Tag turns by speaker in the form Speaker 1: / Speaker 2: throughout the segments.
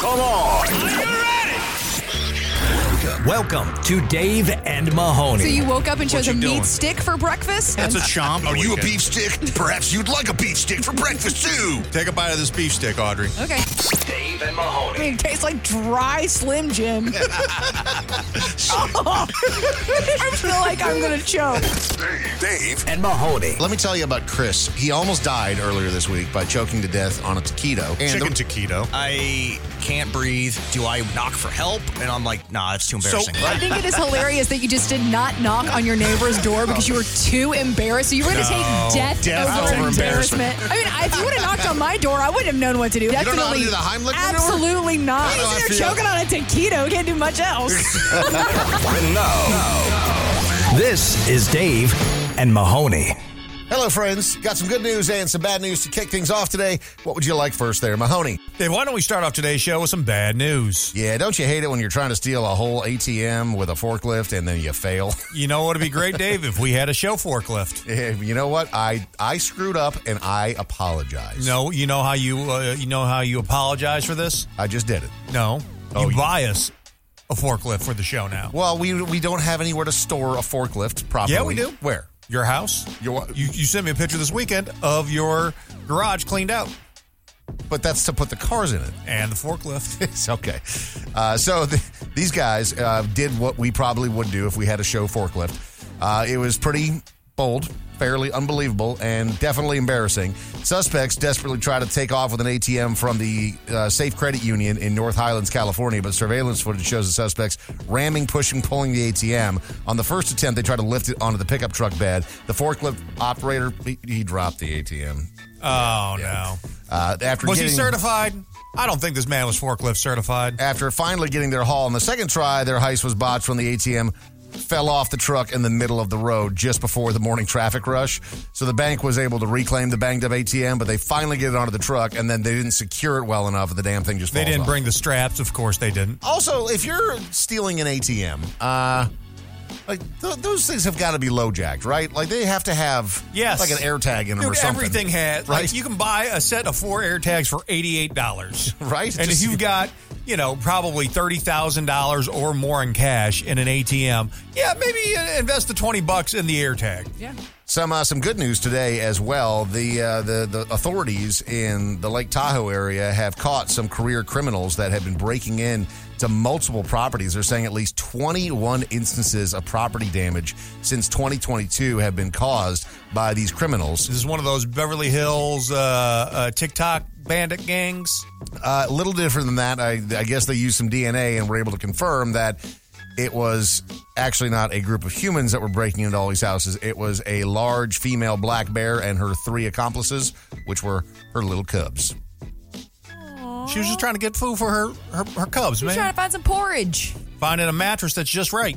Speaker 1: Come on.
Speaker 2: Welcome to Dave and Mahoney.
Speaker 3: So you woke up and chose
Speaker 4: you
Speaker 3: a
Speaker 4: doing?
Speaker 3: meat stick for breakfast?
Speaker 4: That's a chomp.
Speaker 1: Are you a beef stick? Perhaps you'd like a beef stick for breakfast too.
Speaker 4: Take a bite of this beef stick, Audrey.
Speaker 3: Okay.
Speaker 2: Dave and
Speaker 3: I
Speaker 2: Mahoney.
Speaker 3: mean, it tastes like dry Slim Jim. Oh. I feel like I'm going to choke.
Speaker 1: Dave.
Speaker 2: And Mahoney.
Speaker 1: Let me tell you about Chris. He almost died earlier this week by choking to death on a taquito. And
Speaker 4: Chicken
Speaker 1: the-
Speaker 4: taquito.
Speaker 2: I can't breathe. Do I knock for help? And I'm like, nah, it's too
Speaker 4: So-
Speaker 2: embarrassing.
Speaker 3: I think it is hilarious that you just did not knock on your neighbor's door because you were too embarrassed. So you were going to take death,
Speaker 4: death
Speaker 3: over,
Speaker 4: over
Speaker 3: embarrassment.
Speaker 4: embarrassment.
Speaker 3: I mean, I- if you would have knocked on my door, I wouldn't have known what to do.
Speaker 1: don't know how to
Speaker 3: Definitely.
Speaker 1: do the Heimlich maneuver?
Speaker 3: Absolutely not.
Speaker 1: How do I
Speaker 3: You're
Speaker 1: feel?
Speaker 3: choking on a taquito. Can't do much else.
Speaker 2: This is Dave and Mahoney.
Speaker 1: Hello, friends. Got some good news and some bad news to kick things off today. What would you like first there, Mahoney?
Speaker 4: Dave, why don't we start off today's show with some bad news?
Speaker 1: Yeah, don't you hate it when you're trying to steal a whole ATM with a forklift and then you fail?
Speaker 4: You know what would be great, Dave, if we had a show forklift?
Speaker 1: Eh, you know what? I I screwed up and I apologize.
Speaker 4: No, you know how you uh, you know how you apologize for this?
Speaker 1: I just did it.
Speaker 4: No,
Speaker 1: Oh,
Speaker 4: you
Speaker 1: you-
Speaker 4: buy us a forklift for the show now.
Speaker 1: Well, we we don't have anywhere to store a forklift properly.
Speaker 4: Yeah, we do.
Speaker 1: Where?
Speaker 4: Your house?
Speaker 1: Your-
Speaker 4: you you sent me a picture this weekend of your garage cleaned out
Speaker 1: But that's to put the cars in it.
Speaker 4: and the forklift.
Speaker 1: It's okay. Uh, so th- these guys uh, did what we probably would do if we had a show forklift. Uh, it was pretty bold, fairly unbelievable, and definitely embarrassing. Suspects desperately try to take off with an ATM from the uh, Safe Credit Union in North Highlands, California, but surveillance footage shows the suspects ramming, pushing, pulling the ATM. On the first attempt, they tried to lift it onto the pickup truck bed. The forklift operator he, he dropped the ATM.
Speaker 4: Oh no.
Speaker 1: Uh, after
Speaker 4: Was he
Speaker 1: getting-
Speaker 4: certified? I don't think this man was forklift certified.
Speaker 1: after finally getting their haul on the second try, their heist was botched when the ATM fell off the truck in the middle of the road just before the morning traffic rush. So the bank was able to reclaim the banged up ATM, but they finally get it onto the truck and then they didn't secure it well enough and the damn thing just
Speaker 4: They
Speaker 1: falls
Speaker 4: didn't
Speaker 1: off.
Speaker 4: bring the straps, of course they didn't.
Speaker 1: Also, if you're stealing an ATM, uh like th- those things have got to be low jacked, right? Like they have to have
Speaker 4: Yes.
Speaker 1: like an air tag in them
Speaker 4: Dude,
Speaker 1: or something.
Speaker 4: everything has.
Speaker 1: right?
Speaker 4: Like you can buy a set of four air tags for eighty-eight dollars.
Speaker 1: Right?
Speaker 4: And
Speaker 1: Just-
Speaker 4: if you've got, you know, probably thirty thousand dollars or more in cash in an ATM, yeah, maybe uh, invest the twenty bucks in the air tag.
Speaker 3: yeah.
Speaker 1: Some uh, some good news today as well. The uh, the the authorities in the Lake Tahoe area have caught some career criminals that have been breaking in to multiple properties. They're saying at least 21 instances of property damage since 2022 have been caused by these criminals.
Speaker 4: This is one of those Beverly Hills uh, uh, TikTok bandit gangs.
Speaker 1: Uh, a little different than that. I, I guess they used some DNA and were able to confirm that it was actually not a group of humans that were breaking into all these houses. It was a large female black bear and her three accomplices, which were her little cubs.
Speaker 4: She was just trying to get food for her her, her cubs,
Speaker 3: We're trying
Speaker 4: man.
Speaker 3: to find some porridge.
Speaker 4: Finding a mattress that's just right.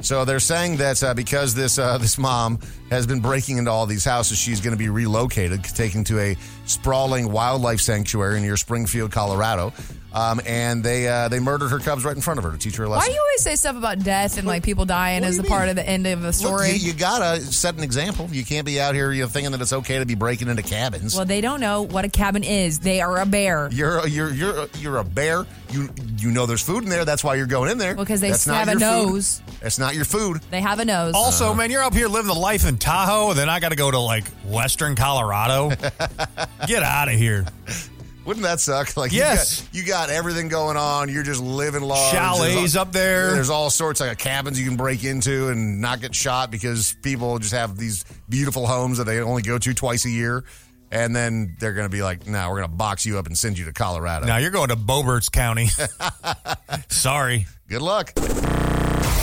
Speaker 1: So they're saying that uh, because this uh, this mom has been breaking into all these houses, she's going to be relocated, taken to a sprawling wildlife sanctuary near Springfield, Colorado. Um, and they uh, they murdered her cubs right in front of her to teach her a lesson.
Speaker 3: Why do you always say stuff about death and like people dying
Speaker 1: what
Speaker 3: as
Speaker 1: do
Speaker 3: the
Speaker 1: you
Speaker 3: part
Speaker 1: mean?
Speaker 3: of the end of a
Speaker 1: Look,
Speaker 3: story?
Speaker 1: you, you gotta set an example. You can't be out here you know, thinking that it's okay to be breaking into cabins.
Speaker 3: well, they don't know what a cabin is. They are a bear
Speaker 1: you're a- you're you're a- you're a bear. You you know there's food in there. That's why you're going in there.
Speaker 3: because they
Speaker 1: That's not
Speaker 3: have
Speaker 1: your
Speaker 3: a
Speaker 1: food.
Speaker 3: nose.
Speaker 1: That's not your food.
Speaker 3: They have a nose.
Speaker 4: Also, man, you're up here living the life in Tahoe, and then I got to go to like Western Colorado. Get out of here.
Speaker 1: Wouldn't that suck? Like
Speaker 4: Yes.
Speaker 1: you got, you got everything going on. You're just living large.
Speaker 4: Chalets
Speaker 1: Oh, There's all-
Speaker 4: up there.
Speaker 1: There's all sorts like cabins you can break into and not get shot because people just have these beautiful homes that they only go to twice a year, and then they're gonna be like, "No, we're gonna box you up and send you to Colorado.
Speaker 4: Now you're going to Boberts County. Sorry.
Speaker 1: Good luck."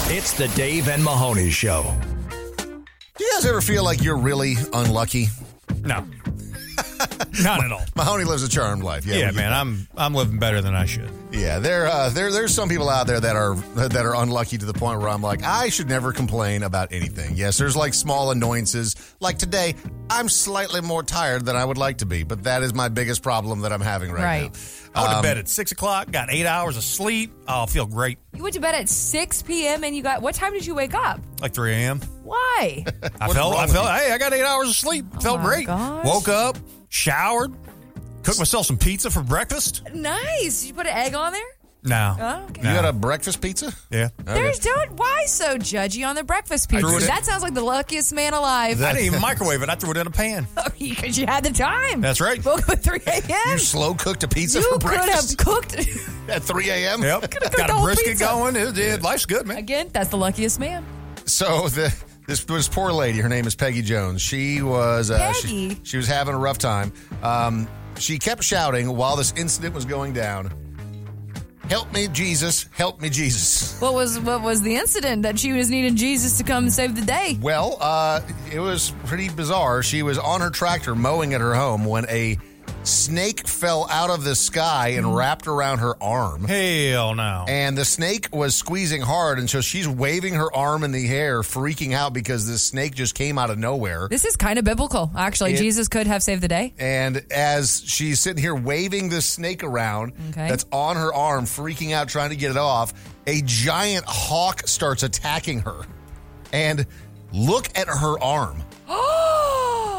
Speaker 2: It's the Dave and Mahoney Show.
Speaker 1: Do you guys ever feel like you're really unlucky?
Speaker 4: No. Not at all.
Speaker 1: Mahoney lives a charmed life. Yeah,
Speaker 4: Yeah,
Speaker 1: we-
Speaker 4: man, I'm I'm living better than I should.
Speaker 1: Yeah, there, uh, there, there's some people out there that are that are unlucky to the point where I'm like, I should never complain about anything. Yes, there's like small annoyances. Like today, I'm slightly more tired than I would like to be, but that is my biggest problem that I'm having right,
Speaker 5: Right.
Speaker 4: I went
Speaker 1: Um,
Speaker 4: to bed at six o'clock, got eight hours of sleep. I'll feel great.
Speaker 3: You went to bed at 6 p.m. and you got. What time did you wake up?
Speaker 4: Like three a.m.
Speaker 3: Why?
Speaker 4: I felt I felt hey, I got eight hours of sleep. felt
Speaker 3: Oh my
Speaker 4: great.
Speaker 3: gosh.
Speaker 4: Woke up, showered, cooked myself some pizza for breakfast.
Speaker 3: nice. Did you put an egg on there?
Speaker 4: No,
Speaker 3: Oh, okay.
Speaker 1: now.
Speaker 4: No.
Speaker 1: You got a breakfast pizza?
Speaker 4: yeah.
Speaker 3: There's don't. Why so judgy on the breakfast pizza?
Speaker 4: it-
Speaker 3: That sounds like the luckiest man alive.
Speaker 4: I didn't even microwave it. I threw it in a pan.
Speaker 3: Because you had the time.
Speaker 4: That's right.
Speaker 3: Woke up at 3 a.m.
Speaker 1: You slow cooked a pizza
Speaker 3: You
Speaker 1: for
Speaker 3: could have
Speaker 1: breakfast
Speaker 3: cooked.
Speaker 1: at 3 a.m.
Speaker 4: Yep.
Speaker 3: cooked
Speaker 4: Got
Speaker 3: the
Speaker 4: a
Speaker 3: whole
Speaker 4: brisket
Speaker 3: pizza.
Speaker 4: going. It, it, life's good, man.
Speaker 3: Again, that's the luckiest man.
Speaker 1: So the, this this poor lady, her name is Peggy Jones. She was uh, She,
Speaker 3: Peggy?
Speaker 1: she was having a rough time. Um, she kept shouting while this incident was going down. Help me, Jesus! Help me, Jesus!
Speaker 3: What was what was the incident that she was needing Jesus to come and save the day?
Speaker 1: Well, uh, it was pretty bizarre. She was on her tractor mowing at her home when a snake fell out of the sky and wrapped around her arm.
Speaker 4: Hell no.
Speaker 1: And the snake was squeezing hard, and so she's waving her arm in the air, freaking out because this snake just came out of nowhere.
Speaker 3: This is kind of biblical, actually. Jesus could have saved the day.
Speaker 1: And as she's sitting here waving this snake around
Speaker 3: Okay.
Speaker 1: that's on her arm, freaking out, trying to get it off, a giant hawk starts attacking her. And look at her arm.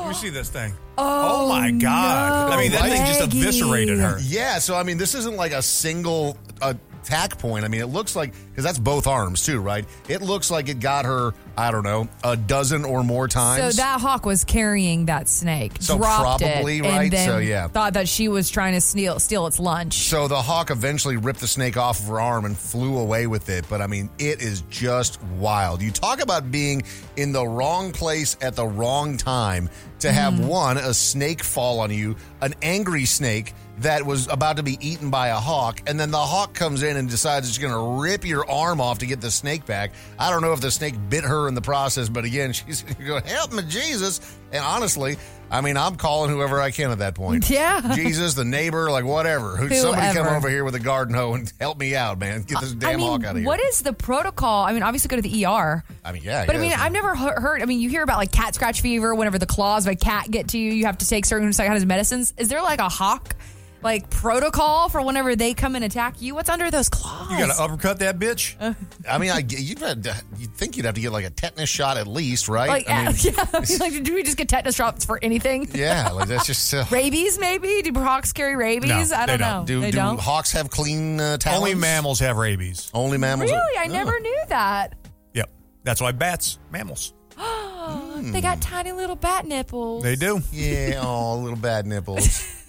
Speaker 4: Let me see this thing. Oh, my God.
Speaker 3: no,
Speaker 4: I mean, that thing just
Speaker 3: Peggy.
Speaker 4: eviscerated her.
Speaker 1: Yeah, so I mean, this isn't like a single attack point. I mean, it looks like because that's both arms too, right? It looks like it got her. I don't know, a dozen or more
Speaker 3: So
Speaker 1: times.
Speaker 3: that hawk was carrying that snake,
Speaker 1: So
Speaker 3: dropped
Speaker 1: probably,
Speaker 3: it,
Speaker 1: right?
Speaker 3: and then
Speaker 1: So, yeah.
Speaker 3: thought that she was trying to steal steal its lunch.
Speaker 1: So the hawk eventually ripped the snake off of her arm and flew away with it. But I mean, it is just wild. You talk about being in the wrong place at the wrong time to have one, a snake fall on you, an angry snake that was about to be eaten by a hawk, and then the hawk comes in and decides it's going to rip your arm off to get the snake back. I don't know if the snake bit her in the process, but again, she's going, help me, Jesus. And honestly, I mean, I'm calling whoever I can at that point.
Speaker 3: Yeah.
Speaker 1: Jesus, the neighbor, like whatever. Who, somebody come
Speaker 3: Whoever.
Speaker 1: over here with a garden hoe and help me out, man. Get this damn
Speaker 3: I mean,
Speaker 1: hawk out of here.
Speaker 3: what is the protocol? I mean, obviously go to the ER.
Speaker 1: I mean, yeah,
Speaker 3: But
Speaker 1: yeah,
Speaker 3: I mean,
Speaker 1: it's-
Speaker 3: I've never he- heard. I mean, you hear about like cat scratch fever whenever the claws of a cat get to you, you have to take certain kinds of medicines. Is there like a hawk like protocol for whenever they come and attack you? What's under those claws?
Speaker 4: You got to uppercut that bitch?
Speaker 3: Uh-huh.
Speaker 1: I mean, I, get- you've had, you'd think you'd have to get like a tetanus shot at least, right?
Speaker 3: like,
Speaker 1: I mean,
Speaker 3: yeah, I mean, like, do we just get tetanus shots for anything?
Speaker 1: yeah, like that's just. Uh,
Speaker 3: Rabies, maybe? Do hawks carry rabies?
Speaker 4: No,
Speaker 3: I
Speaker 4: they
Speaker 3: don't,
Speaker 4: don't.
Speaker 3: know.
Speaker 1: do
Speaker 3: they
Speaker 1: do
Speaker 3: don't.
Speaker 1: hawks have clean uh, talons?
Speaker 4: Only mammals have rabies.
Speaker 1: Only mammals. are-
Speaker 3: Really, I never knew that.
Speaker 4: Yep. That's why bats, mammals.
Speaker 3: They got
Speaker 1: Hmm.
Speaker 3: tiny little bat nipples.
Speaker 4: They do.
Speaker 1: Yeah, oh, little bad nipples.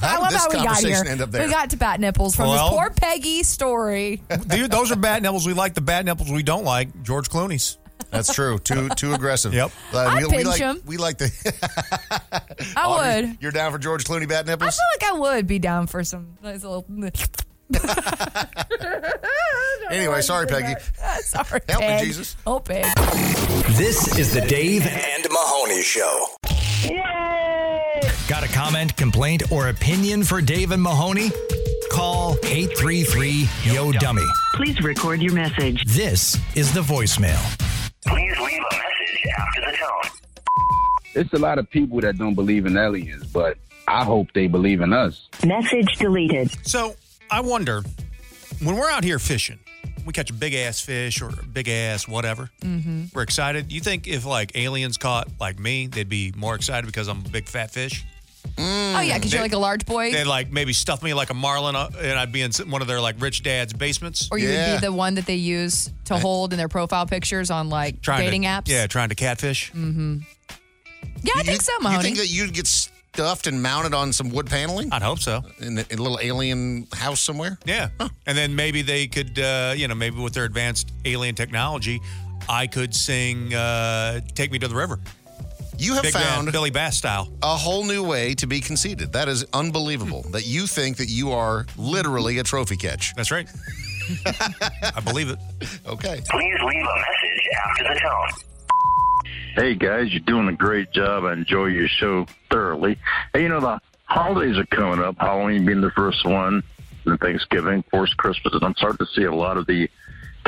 Speaker 3: I
Speaker 1: How
Speaker 3: love
Speaker 1: did this
Speaker 3: how we got
Speaker 1: conversation
Speaker 3: here.
Speaker 1: end up there?
Speaker 3: We got to bat nipples from
Speaker 4: Well-
Speaker 3: this poor Peggy story.
Speaker 4: Dude, those are bat nipples we like. The bat nipples we don't like, George Clooney's.
Speaker 1: That's true. Too too aggressive.
Speaker 4: Yep.
Speaker 1: Uh,
Speaker 3: I'd
Speaker 1: we, we
Speaker 3: pinch
Speaker 1: like,
Speaker 3: him.
Speaker 1: We like the.
Speaker 3: I would.
Speaker 1: You're down for George Clooney bad
Speaker 3: I
Speaker 1: nipples?
Speaker 3: feel like I would be down for some nice little.
Speaker 1: Anyway, sorry, Peggy.
Speaker 3: Sorry,
Speaker 1: Help me,
Speaker 3: Peg.
Speaker 1: Jesus. Hmm.
Speaker 3: Oh, Peg.
Speaker 6: This is the Dave and Mahoney Show.
Speaker 7: Got a comment, complaint, or opinion for Dave and Mahoney? Call 833 Yo Dummy.
Speaker 8: Please record your message.
Speaker 7: This is the voicemail.
Speaker 9: Please leave a message after the tone.
Speaker 10: it's a lot of people that don't believe in aliens, but I hope they believe in us.
Speaker 8: Message deleted.
Speaker 4: So I wonder when we're out here fishing, we catch a big ass fish or a big ass whatever. Mm-hmm. We're excited. You think if like aliens caught like me, they'd be more excited because I'm a big fat fish?
Speaker 3: Oh yeah, because you're like a large boy,
Speaker 4: They'd like maybe stuff me like a marlin uh, and I'd be in some- one of their like rich dad's basements.
Speaker 3: or you
Speaker 1: Yeah.
Speaker 3: would be the one that they use to hold in their profile pictures on like
Speaker 4: Trying
Speaker 3: dating
Speaker 4: to,
Speaker 3: apps. Mm.
Speaker 4: Yeah, trying to catfish.
Speaker 3: yeah, I think so,
Speaker 1: You-
Speaker 3: Mahoney.
Speaker 1: You think that you'd get stuffed and mounted on some wood paneling
Speaker 4: I'd hope so.
Speaker 1: in a, in a little alien house somewhere?
Speaker 4: Yeah. And then maybe they could, uh, you know, maybe with their advanced alien technology, I could sing uh, Take Me to the River.
Speaker 1: You have
Speaker 4: Big
Speaker 1: found
Speaker 4: man, Billy Bass style.
Speaker 1: a whole new way to be conceited. That is unbelievable that you think that you are literally a trophy catch.
Speaker 4: That's right. I believe it.
Speaker 1: Okay.
Speaker 9: Please leave a message after the tone.
Speaker 11: Hey guys, you're doing a great job. I enjoy your show thoroughly. Hey, you know the holidays are coming up. Halloween being the first one, and Thanksgiving, of course, Christmas, and I'm starting to see a lot of the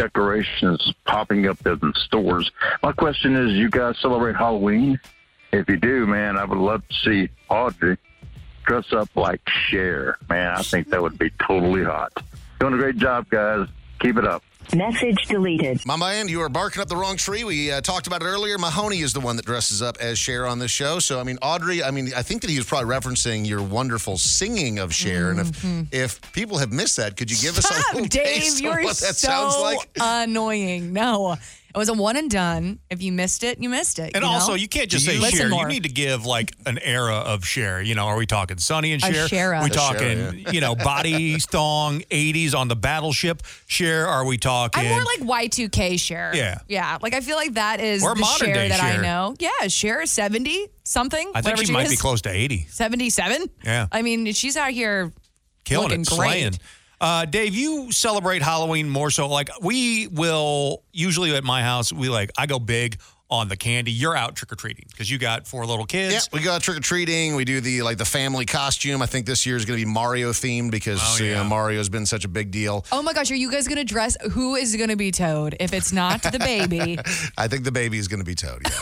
Speaker 11: decorations popping up in stores. My question is, you guys celebrate Halloween? If you do, man, I would love to see Audrey dress up like Cher. Man, I think that would be totally hot. Doing a great job, guys. Keep it up.
Speaker 1: Message deleted. My man, you are barking up the wrong tree. We uh, talked about it earlier. Mahoney is the one that dresses up as Cher on this show. So, I mean, Audrey, I mean, I think that he was probably referencing your wonderful singing of Cher. And if, if people have missed that, could you give us a little
Speaker 3: Mm-hmm. Dave,
Speaker 1: taste
Speaker 3: you're
Speaker 1: of what that
Speaker 3: so
Speaker 1: sounds like?
Speaker 3: annoying. No, it was a one and done. If you missed it, you missed it.
Speaker 4: And
Speaker 3: you
Speaker 4: also,
Speaker 3: know?
Speaker 4: you can't just say
Speaker 3: Listen
Speaker 4: share. You
Speaker 3: more.
Speaker 4: need to give like an era of share. You know, are we talking Sonny and
Speaker 3: A
Speaker 4: share?
Speaker 3: Shara.
Speaker 4: We
Speaker 3: A Shara,
Speaker 4: talking,
Speaker 3: yeah.
Speaker 4: you know, body thong 80s on the battleship share? Are we talking?
Speaker 12: I'm more like Y2K share.
Speaker 4: Yeah.
Speaker 12: Yeah. Like I feel like that is
Speaker 4: Or
Speaker 12: the
Speaker 4: modern
Speaker 12: share
Speaker 4: day
Speaker 12: that I
Speaker 4: Cher.
Speaker 12: know.
Speaker 3: yeah, share is seventy something.
Speaker 4: I think
Speaker 3: whatever
Speaker 4: she might
Speaker 3: is.
Speaker 4: be close to 80.
Speaker 3: Seventy-seven.
Speaker 4: Yeah.
Speaker 3: I mean, she's out here
Speaker 4: Killing
Speaker 3: looking
Speaker 4: it,
Speaker 3: great.
Speaker 4: slaying. Uh, Dave, you celebrate Halloween more so. Like we will usually at my house, we like I go big on the candy. You're out trick or treating because you got four little kids.
Speaker 1: Yeah, we go out trick or treating. We do the like the family costume. I think this year is going to be Mario themed because you know, Mario's been such a big deal.
Speaker 3: Oh my gosh, are you guys gonna dress? Who is gonna be Toad? If it's not the baby,
Speaker 1: I think the baby is going to be Toad. Yeah.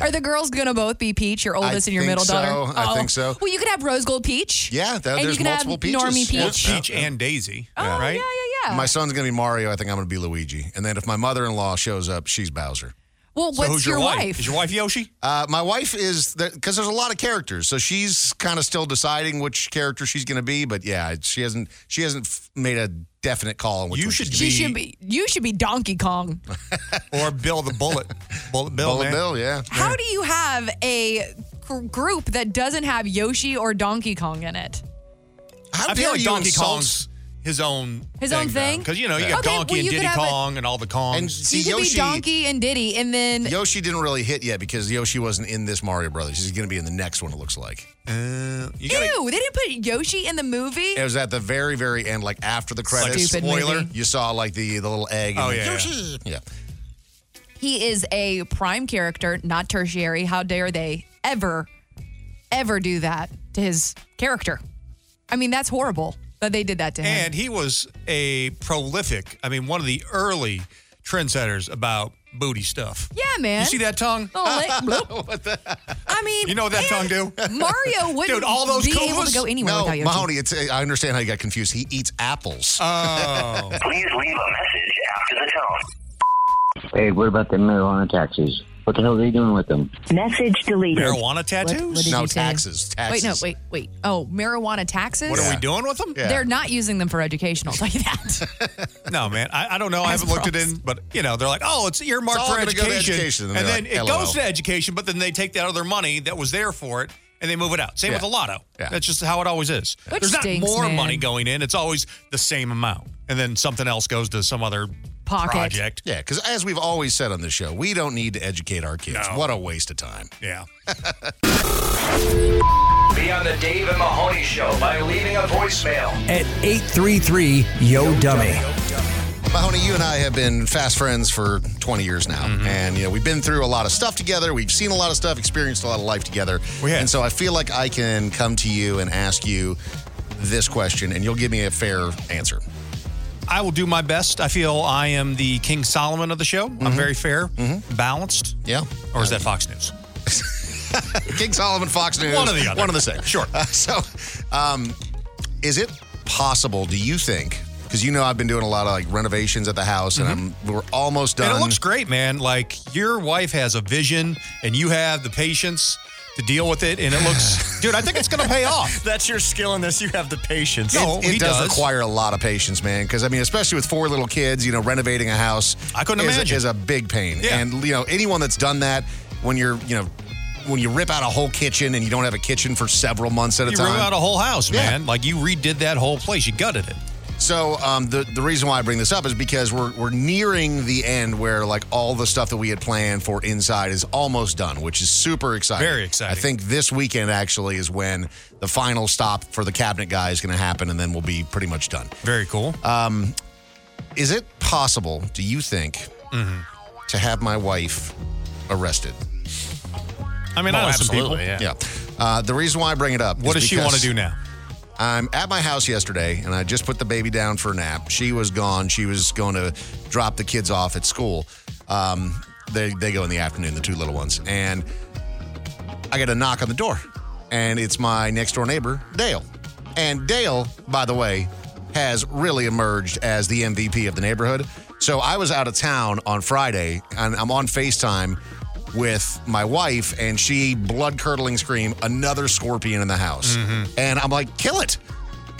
Speaker 3: are the girls gonna both be Peach? Your oldest and your
Speaker 1: think
Speaker 3: middle
Speaker 1: so.
Speaker 3: daughter. Oh.
Speaker 1: I think so.
Speaker 3: Well, you can have Rose Gold Peach.
Speaker 1: Yeah, th-
Speaker 3: and
Speaker 1: there's
Speaker 3: you can
Speaker 1: multiple
Speaker 3: have
Speaker 1: peaches.
Speaker 3: Normie
Speaker 1: Yeah.
Speaker 3: Peach.
Speaker 1: Yeah.
Speaker 4: Peach and Daisy.
Speaker 3: Oh,
Speaker 1: Yeah.
Speaker 4: right?
Speaker 3: yeah, yeah.
Speaker 1: My son's going to be Mario. I think I'm going to be Luigi. And then if my mother-in-law shows up, she's Bowser.
Speaker 3: Well, what's your wife?
Speaker 4: Is your wife Yoshi?
Speaker 1: Uh, my wife is because there's a lot of characters, so she's kind of still deciding which character she's going to be. But yeah, she hasn't she hasn't f- made a definite call on which. one she's
Speaker 3: She
Speaker 1: gonna
Speaker 3: should be. You should be Donkey Kong.
Speaker 4: Or Bill the Bullet. Bullet Bill.
Speaker 1: Bullet
Speaker 4: man.
Speaker 1: Bill, yeah.
Speaker 3: How do you have a gr- group that doesn't have Yoshi or Donkey Kong in it?
Speaker 1: How
Speaker 4: I feel
Speaker 1: dare
Speaker 4: like
Speaker 1: you
Speaker 4: Donkey
Speaker 1: insult-
Speaker 4: Kong's his own
Speaker 3: His own thing?
Speaker 4: Because you know you got
Speaker 3: Okay,
Speaker 4: Donkey
Speaker 3: well,
Speaker 4: and
Speaker 3: you could
Speaker 4: Diddy
Speaker 3: have a-
Speaker 4: Kong and all the Kongs.
Speaker 1: And see,
Speaker 3: You could
Speaker 1: Yoshi,
Speaker 3: be Donkey and Diddy, and then
Speaker 1: Yoshi didn't really hit yet because Yoshi wasn't in this Mario Brothers. He's going to be in the next one. It looks like. Uh, you
Speaker 3: ew, they didn't put Yoshi in the movie.
Speaker 1: It was at the very, very end, like after the credits.
Speaker 3: Stupid Spoiler. movie.
Speaker 1: You saw like the the little egg. and
Speaker 4: Oh,
Speaker 1: the-
Speaker 4: yeah, yeah.
Speaker 1: Yoshi. Yeah.
Speaker 3: He is a prime character, not tertiary. How dare they ever, ever do that to his character? I mean, that's horrible that they did that to him.
Speaker 4: And he was a prolific. I mean, one of the early trendsetters about booty stuff.
Speaker 3: yeah, man.
Speaker 4: You see that tongue?
Speaker 3: Oh, lick, bloop. I mean,
Speaker 4: You know what that tongue do?
Speaker 3: Mario wouldn't
Speaker 4: Dude, all those
Speaker 3: be able to
Speaker 4: Koopas?
Speaker 3: go anywhere
Speaker 1: no,
Speaker 3: without Yoshi.
Speaker 1: Mahoney. It's I understand how you got confused. He eats apples.
Speaker 4: Oh.
Speaker 13: Please leave a message after the tone.
Speaker 14: Hey, what about the marijuana taxes? What the hell are they doing with them?
Speaker 10: Message deleted.
Speaker 4: Marijuana tattoos?
Speaker 3: what did
Speaker 1: no
Speaker 3: you say?
Speaker 1: taxes. Taxes.
Speaker 3: Wait, no, wait, wait. Oh, marijuana taxes?
Speaker 4: What are we doing with them?
Speaker 3: They're not using them for educational. I'll tell you that.
Speaker 4: No, man. I, I don't know. I haven't looked it in, but you know, they're like, oh, it's earmarked
Speaker 1: It's all
Speaker 4: for
Speaker 1: gonna go
Speaker 4: education.
Speaker 1: to education, and
Speaker 4: And,
Speaker 1: they're
Speaker 4: then
Speaker 1: like,
Speaker 4: it
Speaker 1: LOL.
Speaker 4: goes to education, but then they take that other money that was there for it and they move it out. Same
Speaker 1: Yeah.
Speaker 4: with the lotto.
Speaker 1: Yeah.
Speaker 4: That's just how it always is.
Speaker 3: Which
Speaker 4: There's
Speaker 3: stinks,
Speaker 4: not more
Speaker 3: man.
Speaker 4: money going in, it's always the same amount. And then something else goes to some other
Speaker 3: Pocket.
Speaker 4: project.
Speaker 1: Yeah, because as we've always said on this show, we don't need to educate our kids. What a waste of time.
Speaker 4: Yeah.
Speaker 7: Be on the Dave and Mahoney Show by leaving a voicemail.
Speaker 2: At 833 Yo Dummy.
Speaker 1: Mahoney, you and I have been fast friends for 20 years now.
Speaker 4: Mm-hmm.
Speaker 1: And, you know, we've been through a lot of stuff together. We've seen a lot of stuff, experienced a lot of life together.
Speaker 4: We have.
Speaker 1: And so I feel like I can come to you and ask you this question, and you'll give me a fair answer.
Speaker 4: I will do my best. I feel I am the King Solomon of the show. I'm very fair, balanced.
Speaker 1: Mm-hmm. Yeah.
Speaker 4: Or is that Fox News?
Speaker 1: King Solomon, Fox News.
Speaker 4: One or the other.
Speaker 1: One of the same. Sure. Uh, so, um, is it possible? Do you think? Because you know I've been doing a lot of like renovations at the house, and I'm we're almost done.
Speaker 4: Mm-hmm. And it looks great, man. Like your wife has a vision and you have the patience to deal with it. And it looks, dude, I think it's going to pay off.
Speaker 15: That's your skill in this. You have the patience.
Speaker 4: No,
Speaker 1: it, it
Speaker 4: he
Speaker 1: does,
Speaker 4: does.
Speaker 1: require a lot of patience, man. Because I mean, especially with four little kids, you know, renovating a house,
Speaker 4: I couldn't
Speaker 1: is,
Speaker 4: imagine.
Speaker 1: is a big pain.
Speaker 4: Yeah.
Speaker 1: And you know, anyone that's done that, when you're, you know, when you rip out a whole kitchen and you don't have a kitchen for several months at a
Speaker 4: You
Speaker 1: time,
Speaker 4: ruined out a whole house,
Speaker 1: Yeah.
Speaker 4: man. Like you redid that whole place. You gutted it.
Speaker 1: So um, the the reason why I bring this up is because we're we're nearing the end where like all the stuff that we had planned for inside is almost done, which is super exciting.
Speaker 4: Very exciting.
Speaker 1: I think this weekend actually is when the final stop for the cabinet guy is going to happen, and then we'll be pretty much done.
Speaker 4: Very cool.
Speaker 1: Um,
Speaker 4: Mm-hmm.
Speaker 1: is it possible? Do you think to have my wife arrested.
Speaker 4: I
Speaker 15: Oh,
Speaker 4: mean, I know some people.
Speaker 1: Yeah. Uh, the reason why I bring it up.
Speaker 4: What
Speaker 1: is
Speaker 4: does she
Speaker 1: because
Speaker 4: wanna do now?
Speaker 1: I'm at my house yesterday, and I just put the baby down for a nap. She was gone. She was going to drop the kids off at school. Um, they they go in the afternoon, the two little ones, and I get a knock on the door, and it's my next door neighbor, Dale. And Dale, by the way, has really emerged as the MVP of the neighborhood. So I was out of town on Friday, and I'm on FaceTime with my wife, and she blood curdling scream, another scorpion in the house. And I'm like, kill it.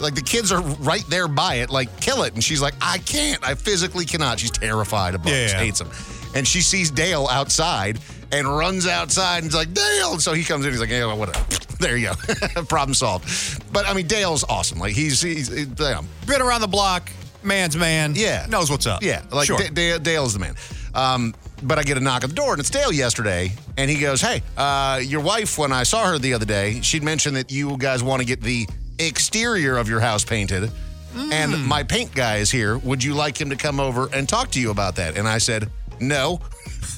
Speaker 1: Like the kids are right there by it, like kill it. And she's like, I can't. I physically cannot. She's terrified of bugs, hates them. And she sees Dale outside and runs outside and is like, Dale. So he comes in. He's like, yeah, well, whatever. There you go. Problem solved. But I mean, Dale's awesome. Like he's he's, he's yeah.
Speaker 4: Been around the block, man's man.
Speaker 1: Yeah,
Speaker 4: knows what's up.
Speaker 1: Yeah, like
Speaker 4: Sure.
Speaker 1: Da- Da- Dale's the man. Um, but I get a knock at the door, and it's Dale yesterday, and he goes, "Hey, uh, your wife. When I saw her the other day, she'd mentioned that you guys want to get the exterior of your house painted,
Speaker 15: Hmm.
Speaker 1: and my paint guy is here. Would you like him to come over and talk to you about that?" And I said, "No."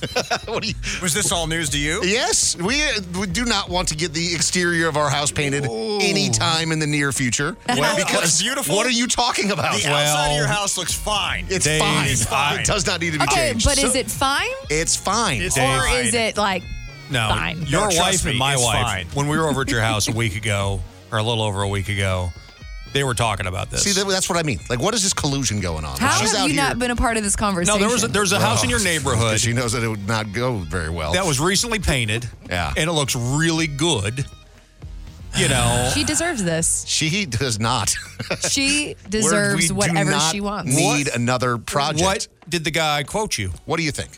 Speaker 1: what do you,
Speaker 15: Was this all news to you?
Speaker 1: Yes, we, we do not want to get the exterior of our house painted anytime in the near future.
Speaker 15: Well, it looks beautiful.
Speaker 1: What are you talking about?
Speaker 15: The outside of your house looks fine.
Speaker 1: It's
Speaker 15: Dave,
Speaker 1: fine.
Speaker 15: It's fine.
Speaker 1: It does not need to be
Speaker 3: Okay,
Speaker 1: changed.
Speaker 3: but
Speaker 1: So-
Speaker 3: is it fine?
Speaker 1: It's fine.
Speaker 15: It's
Speaker 3: Or is it like
Speaker 4: No,
Speaker 3: fine?
Speaker 15: No,
Speaker 4: your
Speaker 15: trust
Speaker 4: wife
Speaker 15: me,
Speaker 4: and my
Speaker 15: it's
Speaker 4: wife.
Speaker 15: fine.
Speaker 4: When we were over at your house a week ago, or a little over a week ago, they were talking about this.
Speaker 1: See, that, that's what I mean. Like, what is this collusion going on?
Speaker 3: How
Speaker 1: She's
Speaker 3: have
Speaker 1: out
Speaker 3: you
Speaker 1: here.
Speaker 3: not been a part of this
Speaker 4: no,
Speaker 3: conversation?
Speaker 4: there was a, there's a house in your
Speaker 1: Because
Speaker 4: neighborhood
Speaker 1: She knows that it would not go very well.
Speaker 4: that was recently painted.
Speaker 1: Yeah.
Speaker 4: and it looks really good. You know,
Speaker 3: she deserves this.
Speaker 1: she does not.
Speaker 3: She
Speaker 1: We're- we
Speaker 3: deserves
Speaker 1: do
Speaker 3: whatever
Speaker 1: not
Speaker 3: she wants.
Speaker 1: Need another project.
Speaker 4: what did the guy quote you?
Speaker 1: What do you think?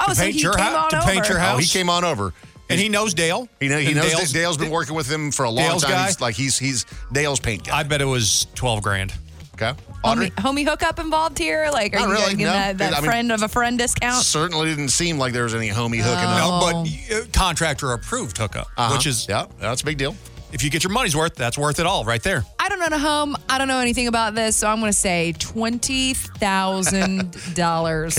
Speaker 3: Oh,
Speaker 4: to
Speaker 3: so
Speaker 4: paint
Speaker 3: he
Speaker 4: your
Speaker 3: came
Speaker 4: hou-
Speaker 3: on
Speaker 4: to
Speaker 3: over.
Speaker 4: paint your house?
Speaker 1: Oh, he came on over.
Speaker 4: And he knows Dale.
Speaker 1: He, know, he
Speaker 4: And
Speaker 1: knows
Speaker 4: Dale's-
Speaker 1: that Dale's been working with him for a long
Speaker 4: Dale's
Speaker 1: time.
Speaker 4: guy?
Speaker 1: He's like he's he's Dale's paint guy.
Speaker 4: I bet it was twelve grand.
Speaker 1: Okay, Audrey
Speaker 3: Homie, homie hookup involved here? Like,
Speaker 1: Not
Speaker 3: are you
Speaker 1: really,
Speaker 3: guys getting
Speaker 1: no.
Speaker 3: that, that
Speaker 1: I mean-
Speaker 3: friend of a friend discount?
Speaker 1: certainly didn't seem like there was any homie hooking up.
Speaker 4: No,
Speaker 3: Oh.
Speaker 4: but uh, contractor approved hookup,
Speaker 1: Uh-huh.
Speaker 4: which is
Speaker 1: yeah, that's a big deal.
Speaker 4: if you get your money's worth, that's worth it all right there.
Speaker 3: I don't own a home. I don't know anything about this, so I'm going to say twenty thousand dollars.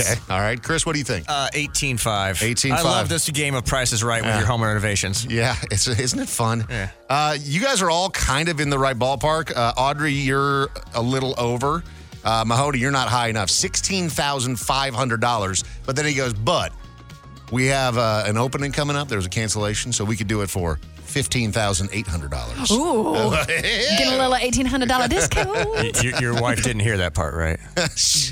Speaker 1: Okay, all right, Chris, what do you think?
Speaker 15: Uh, 18.5.
Speaker 1: 18.5.
Speaker 15: I love this game of prices right with your home renovations.
Speaker 1: Yeah, it's, isn't it fun?
Speaker 15: Yeah.
Speaker 1: Uh, you guys are all kind of in the right ballpark. Uh, Audrey, you're a little over. Uh, Mahoney, you're not high enough. Sixteen thousand five hundred dollars. But then he goes, but we have uh, an opening coming up. There's a cancellation, so we could do it for fifteen thousand eight hundred dollars.
Speaker 3: Ooh, getting a little eighteen hundred dollar discount.
Speaker 15: Y- your, your wife didn't hear that part, right?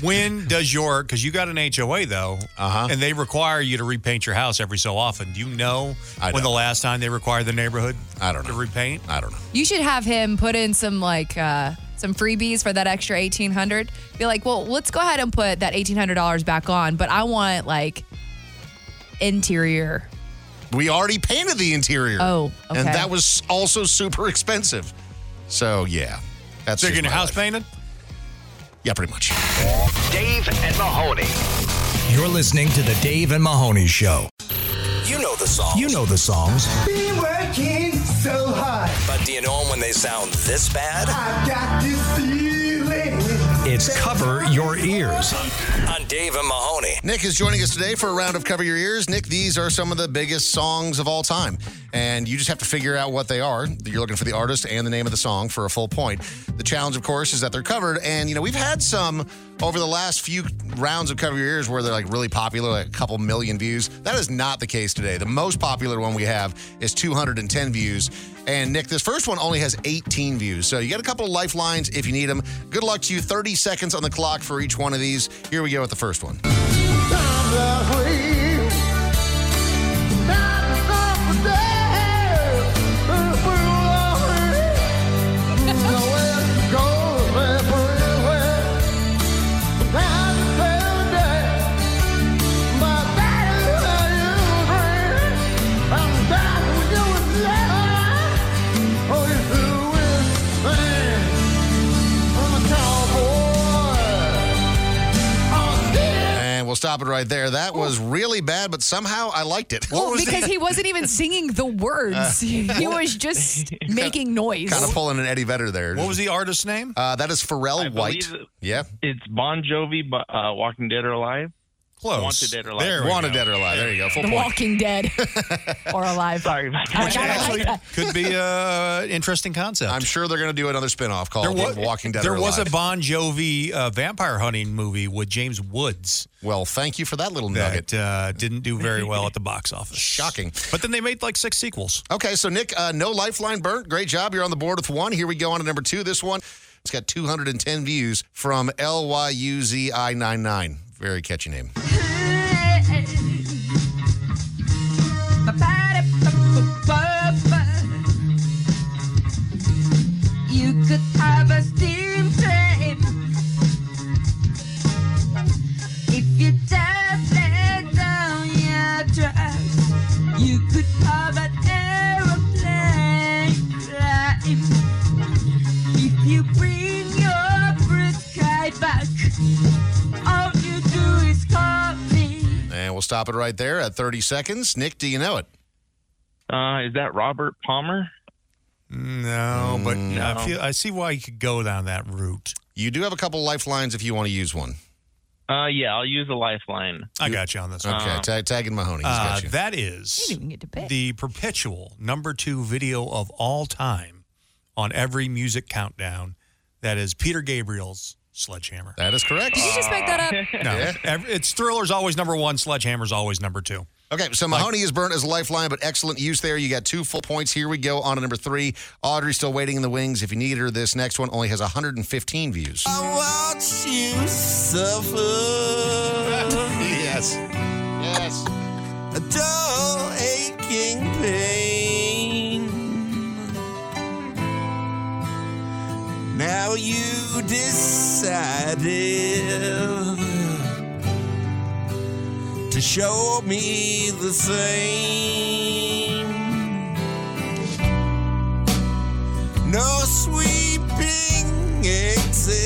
Speaker 4: When does your because you got an HOA though, uh-huh. and they require you to repaint your house every so often. Do you know
Speaker 1: I
Speaker 4: when
Speaker 1: don't.
Speaker 4: the last time they required the neighborhood?
Speaker 1: I don't
Speaker 4: to
Speaker 1: know.
Speaker 4: repaint.
Speaker 1: I don't know.
Speaker 3: You should have him put in some like uh, some freebies for that extra eighteen hundred. Be like, well, let's go ahead and put that eighteen hundred dollars back on, but I want like interior.
Speaker 1: We already painted the interior.
Speaker 3: Oh,
Speaker 1: and
Speaker 3: okay.
Speaker 1: that was also super expensive. So yeah, that's
Speaker 4: They're
Speaker 1: just
Speaker 4: getting
Speaker 1: my
Speaker 4: your house
Speaker 1: life.
Speaker 4: painted.
Speaker 1: Yeah, pretty much.
Speaker 7: Dave and Mahoney.
Speaker 2: You're listening to The Dave and Mahoney Show.
Speaker 7: You know the songs.
Speaker 2: You know the songs.
Speaker 9: Been working so hard.
Speaker 7: But do you know them when they sound this bad?
Speaker 9: I got this feeling.
Speaker 2: It's Cover Your Ears.
Speaker 7: On Dave and Mahoney.
Speaker 1: Nick is joining us today for a round of Cover Your Ears. Nick, these are some of the biggest songs of all time. And you just have to figure out what they are. You're looking for the artist and the name of the song for a full point. The challenge, of course, is that they're covered. And, you know, we've had some over the last few rounds of Cover Your Ears where they're like really popular, like a couple million views. That is not the case today. The most popular one we have is 210 views. And, Nick, this first one only has 18 views. So you got a couple of lifelines if you need them. Good luck to you. 30 seconds on the clock for each one of these. Here we go with the first one. And we'll stop it right there. That was really bad, but somehow I liked it. Uh.
Speaker 3: Well, because he wasn't even singing the words; he was just making noise.
Speaker 1: kind of pulling an Eddie Vedder there.
Speaker 4: What was the artist's name?
Speaker 1: Uh, that is Pharrell
Speaker 16: I
Speaker 1: White.
Speaker 16: believe-
Speaker 1: Yeah.
Speaker 16: It's Bon Jovi, but uh, Walking Dead or Alive.
Speaker 1: Close.
Speaker 16: Wanted Dead or Alive.
Speaker 1: There we Wanted go. Dead or Alive. There you go. Full
Speaker 12: The
Speaker 1: point.
Speaker 12: Walking Dead or Alive. Sorry about
Speaker 4: Which actually could be an interesting concept.
Speaker 1: I'm sure they're going to do another spinoff called Walking Dead
Speaker 4: There
Speaker 1: or
Speaker 4: was
Speaker 1: Alive.
Speaker 4: a Bon Jovi uh, vampire hunting movie with James Woods.
Speaker 1: Well, thank you for that little
Speaker 4: nugget. uh, didn't do very well at the box office.
Speaker 1: Shocking.
Speaker 4: But then they made like six sequels.
Speaker 1: Okay, so Nick, uh, no lifeline burnt. Great job. You're on the board with one. Here we go on to number two. This one, it's got 210 views from LYUZI99. Very catchy name.
Speaker 9: You could have a steam train if you just let down your dress. You could have an aeroplane climb if you bring your blue sky back. All you do is call me.
Speaker 1: And we'll stop it right there at 30 seconds. Nick, do you know it?
Speaker 16: Uh, is that Robert Palmer?
Speaker 4: No, but
Speaker 1: Mm,
Speaker 4: I,
Speaker 16: No.
Speaker 4: feel, I see why you could go down that route.
Speaker 1: You do have a couple lifelines if you want to use one.
Speaker 16: Uh, yeah, I'll use a lifeline.
Speaker 4: I got you on this
Speaker 1: Okay,
Speaker 4: one.
Speaker 1: tag, tagging Mahoney. He's
Speaker 4: Uh,
Speaker 1: Uh, got you.
Speaker 4: that is the perpetual number two video of all time on every music countdown. That is Peter Gabriel's Sledgehammer.
Speaker 1: That is correct.
Speaker 12: Did you just make that up?
Speaker 4: No,
Speaker 1: Yeah.
Speaker 4: ev- it's Thriller's always number one. Sledgehammer's always number two.
Speaker 1: Okay, so Mahoney is burnt as a lifeline, but excellent use there. You got two full points. Here we go on to number three. Audrey still waiting in the wings. If you need her, this next one only has 115 views.
Speaker 9: Watch you suffer.
Speaker 1: yes. Yes.
Speaker 9: A dull, aching pain. Now you decided to show me the same. No sweeping exits.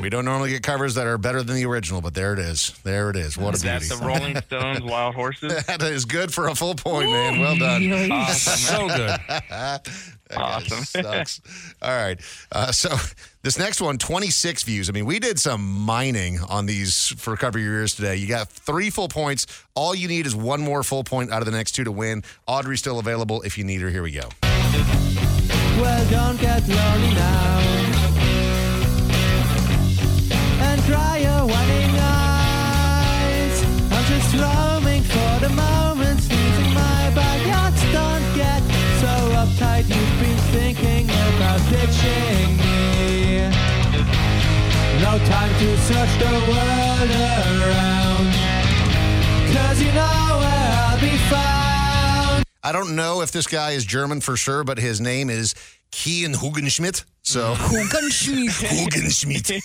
Speaker 1: We don't normally get covers that are better than the original, but there it is. There it is. What
Speaker 16: Is
Speaker 1: a
Speaker 16: that
Speaker 1: beauty.
Speaker 16: the Rolling Stones Wild Horses?
Speaker 1: that is good for a full point, man. Well done.
Speaker 16: Awesome.
Speaker 1: that guy sucks. All right. Uh, so this next one, 26 views. I mean, we did some mining on these for a couple of years today. You got three full points. All you need is one more full point out of the next two to win. Audrey's still available if you need her. Here we go.
Speaker 9: Well, don't get lonely now. And dry your waning eyes. I'm just roaming for the moment, squeezing my backyards. Don't get so uptight. You've been thinking about ditching me. No time to search the world around. Cause you know where I'll be found.
Speaker 1: I don't know if this guy is German for sure, but his name is Kian Hugenschmidt. So Hugenschmidt.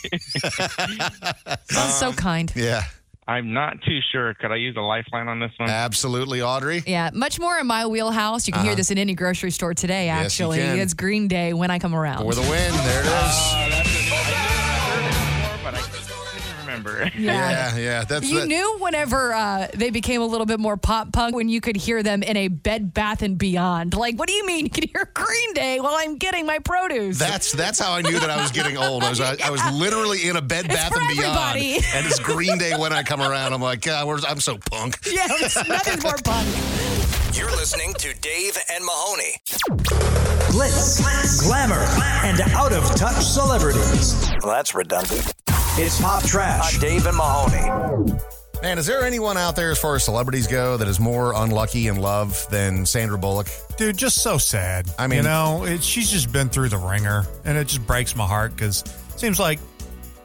Speaker 3: Sounds so kind.
Speaker 1: Um, Yeah,
Speaker 16: I'm not too sure. Could I use a lifeline on this one?
Speaker 1: absolutely, Audrey.
Speaker 3: Yeah, much more in my wheelhouse. You can hear
Speaker 1: Uh-huh.
Speaker 3: this in any grocery store today,
Speaker 1: Yes, you
Speaker 3: actually.
Speaker 1: can.
Speaker 3: It's Green Day when I come around.
Speaker 1: For the win, there it is.
Speaker 16: But I couldn't remember.
Speaker 1: Yeah, yeah. That's
Speaker 3: You
Speaker 1: that-
Speaker 3: knew whenever uh, they became a little bit more pop punk when you could hear them in a Bed Bath and Beyond. Like, what do you mean you can hear Green Day while I'm getting my produce?
Speaker 1: That's that's how I knew that I was getting old. I was I, I was literally in a Bed Bath
Speaker 3: for
Speaker 1: and Beyond,
Speaker 3: everybody.
Speaker 1: and it's Green Day when I come around. I'm like, God, where's, I'm so punk.
Speaker 3: yeah, it's- nothing's more punk.
Speaker 7: You're listening to Dave and Mahoney.
Speaker 9: Blitz, glamour, and out of touch celebrities.
Speaker 7: Well, that's redundant. It's pop trash. On Dave and Mahoney.
Speaker 1: Man, is there anyone out there as far as celebrities go that is more unlucky in love than Sandra Bullock?
Speaker 4: Dude, just so sad.
Speaker 1: I mean-
Speaker 4: you know, it, she's just been through the ringer, and it just breaks my heart because seems like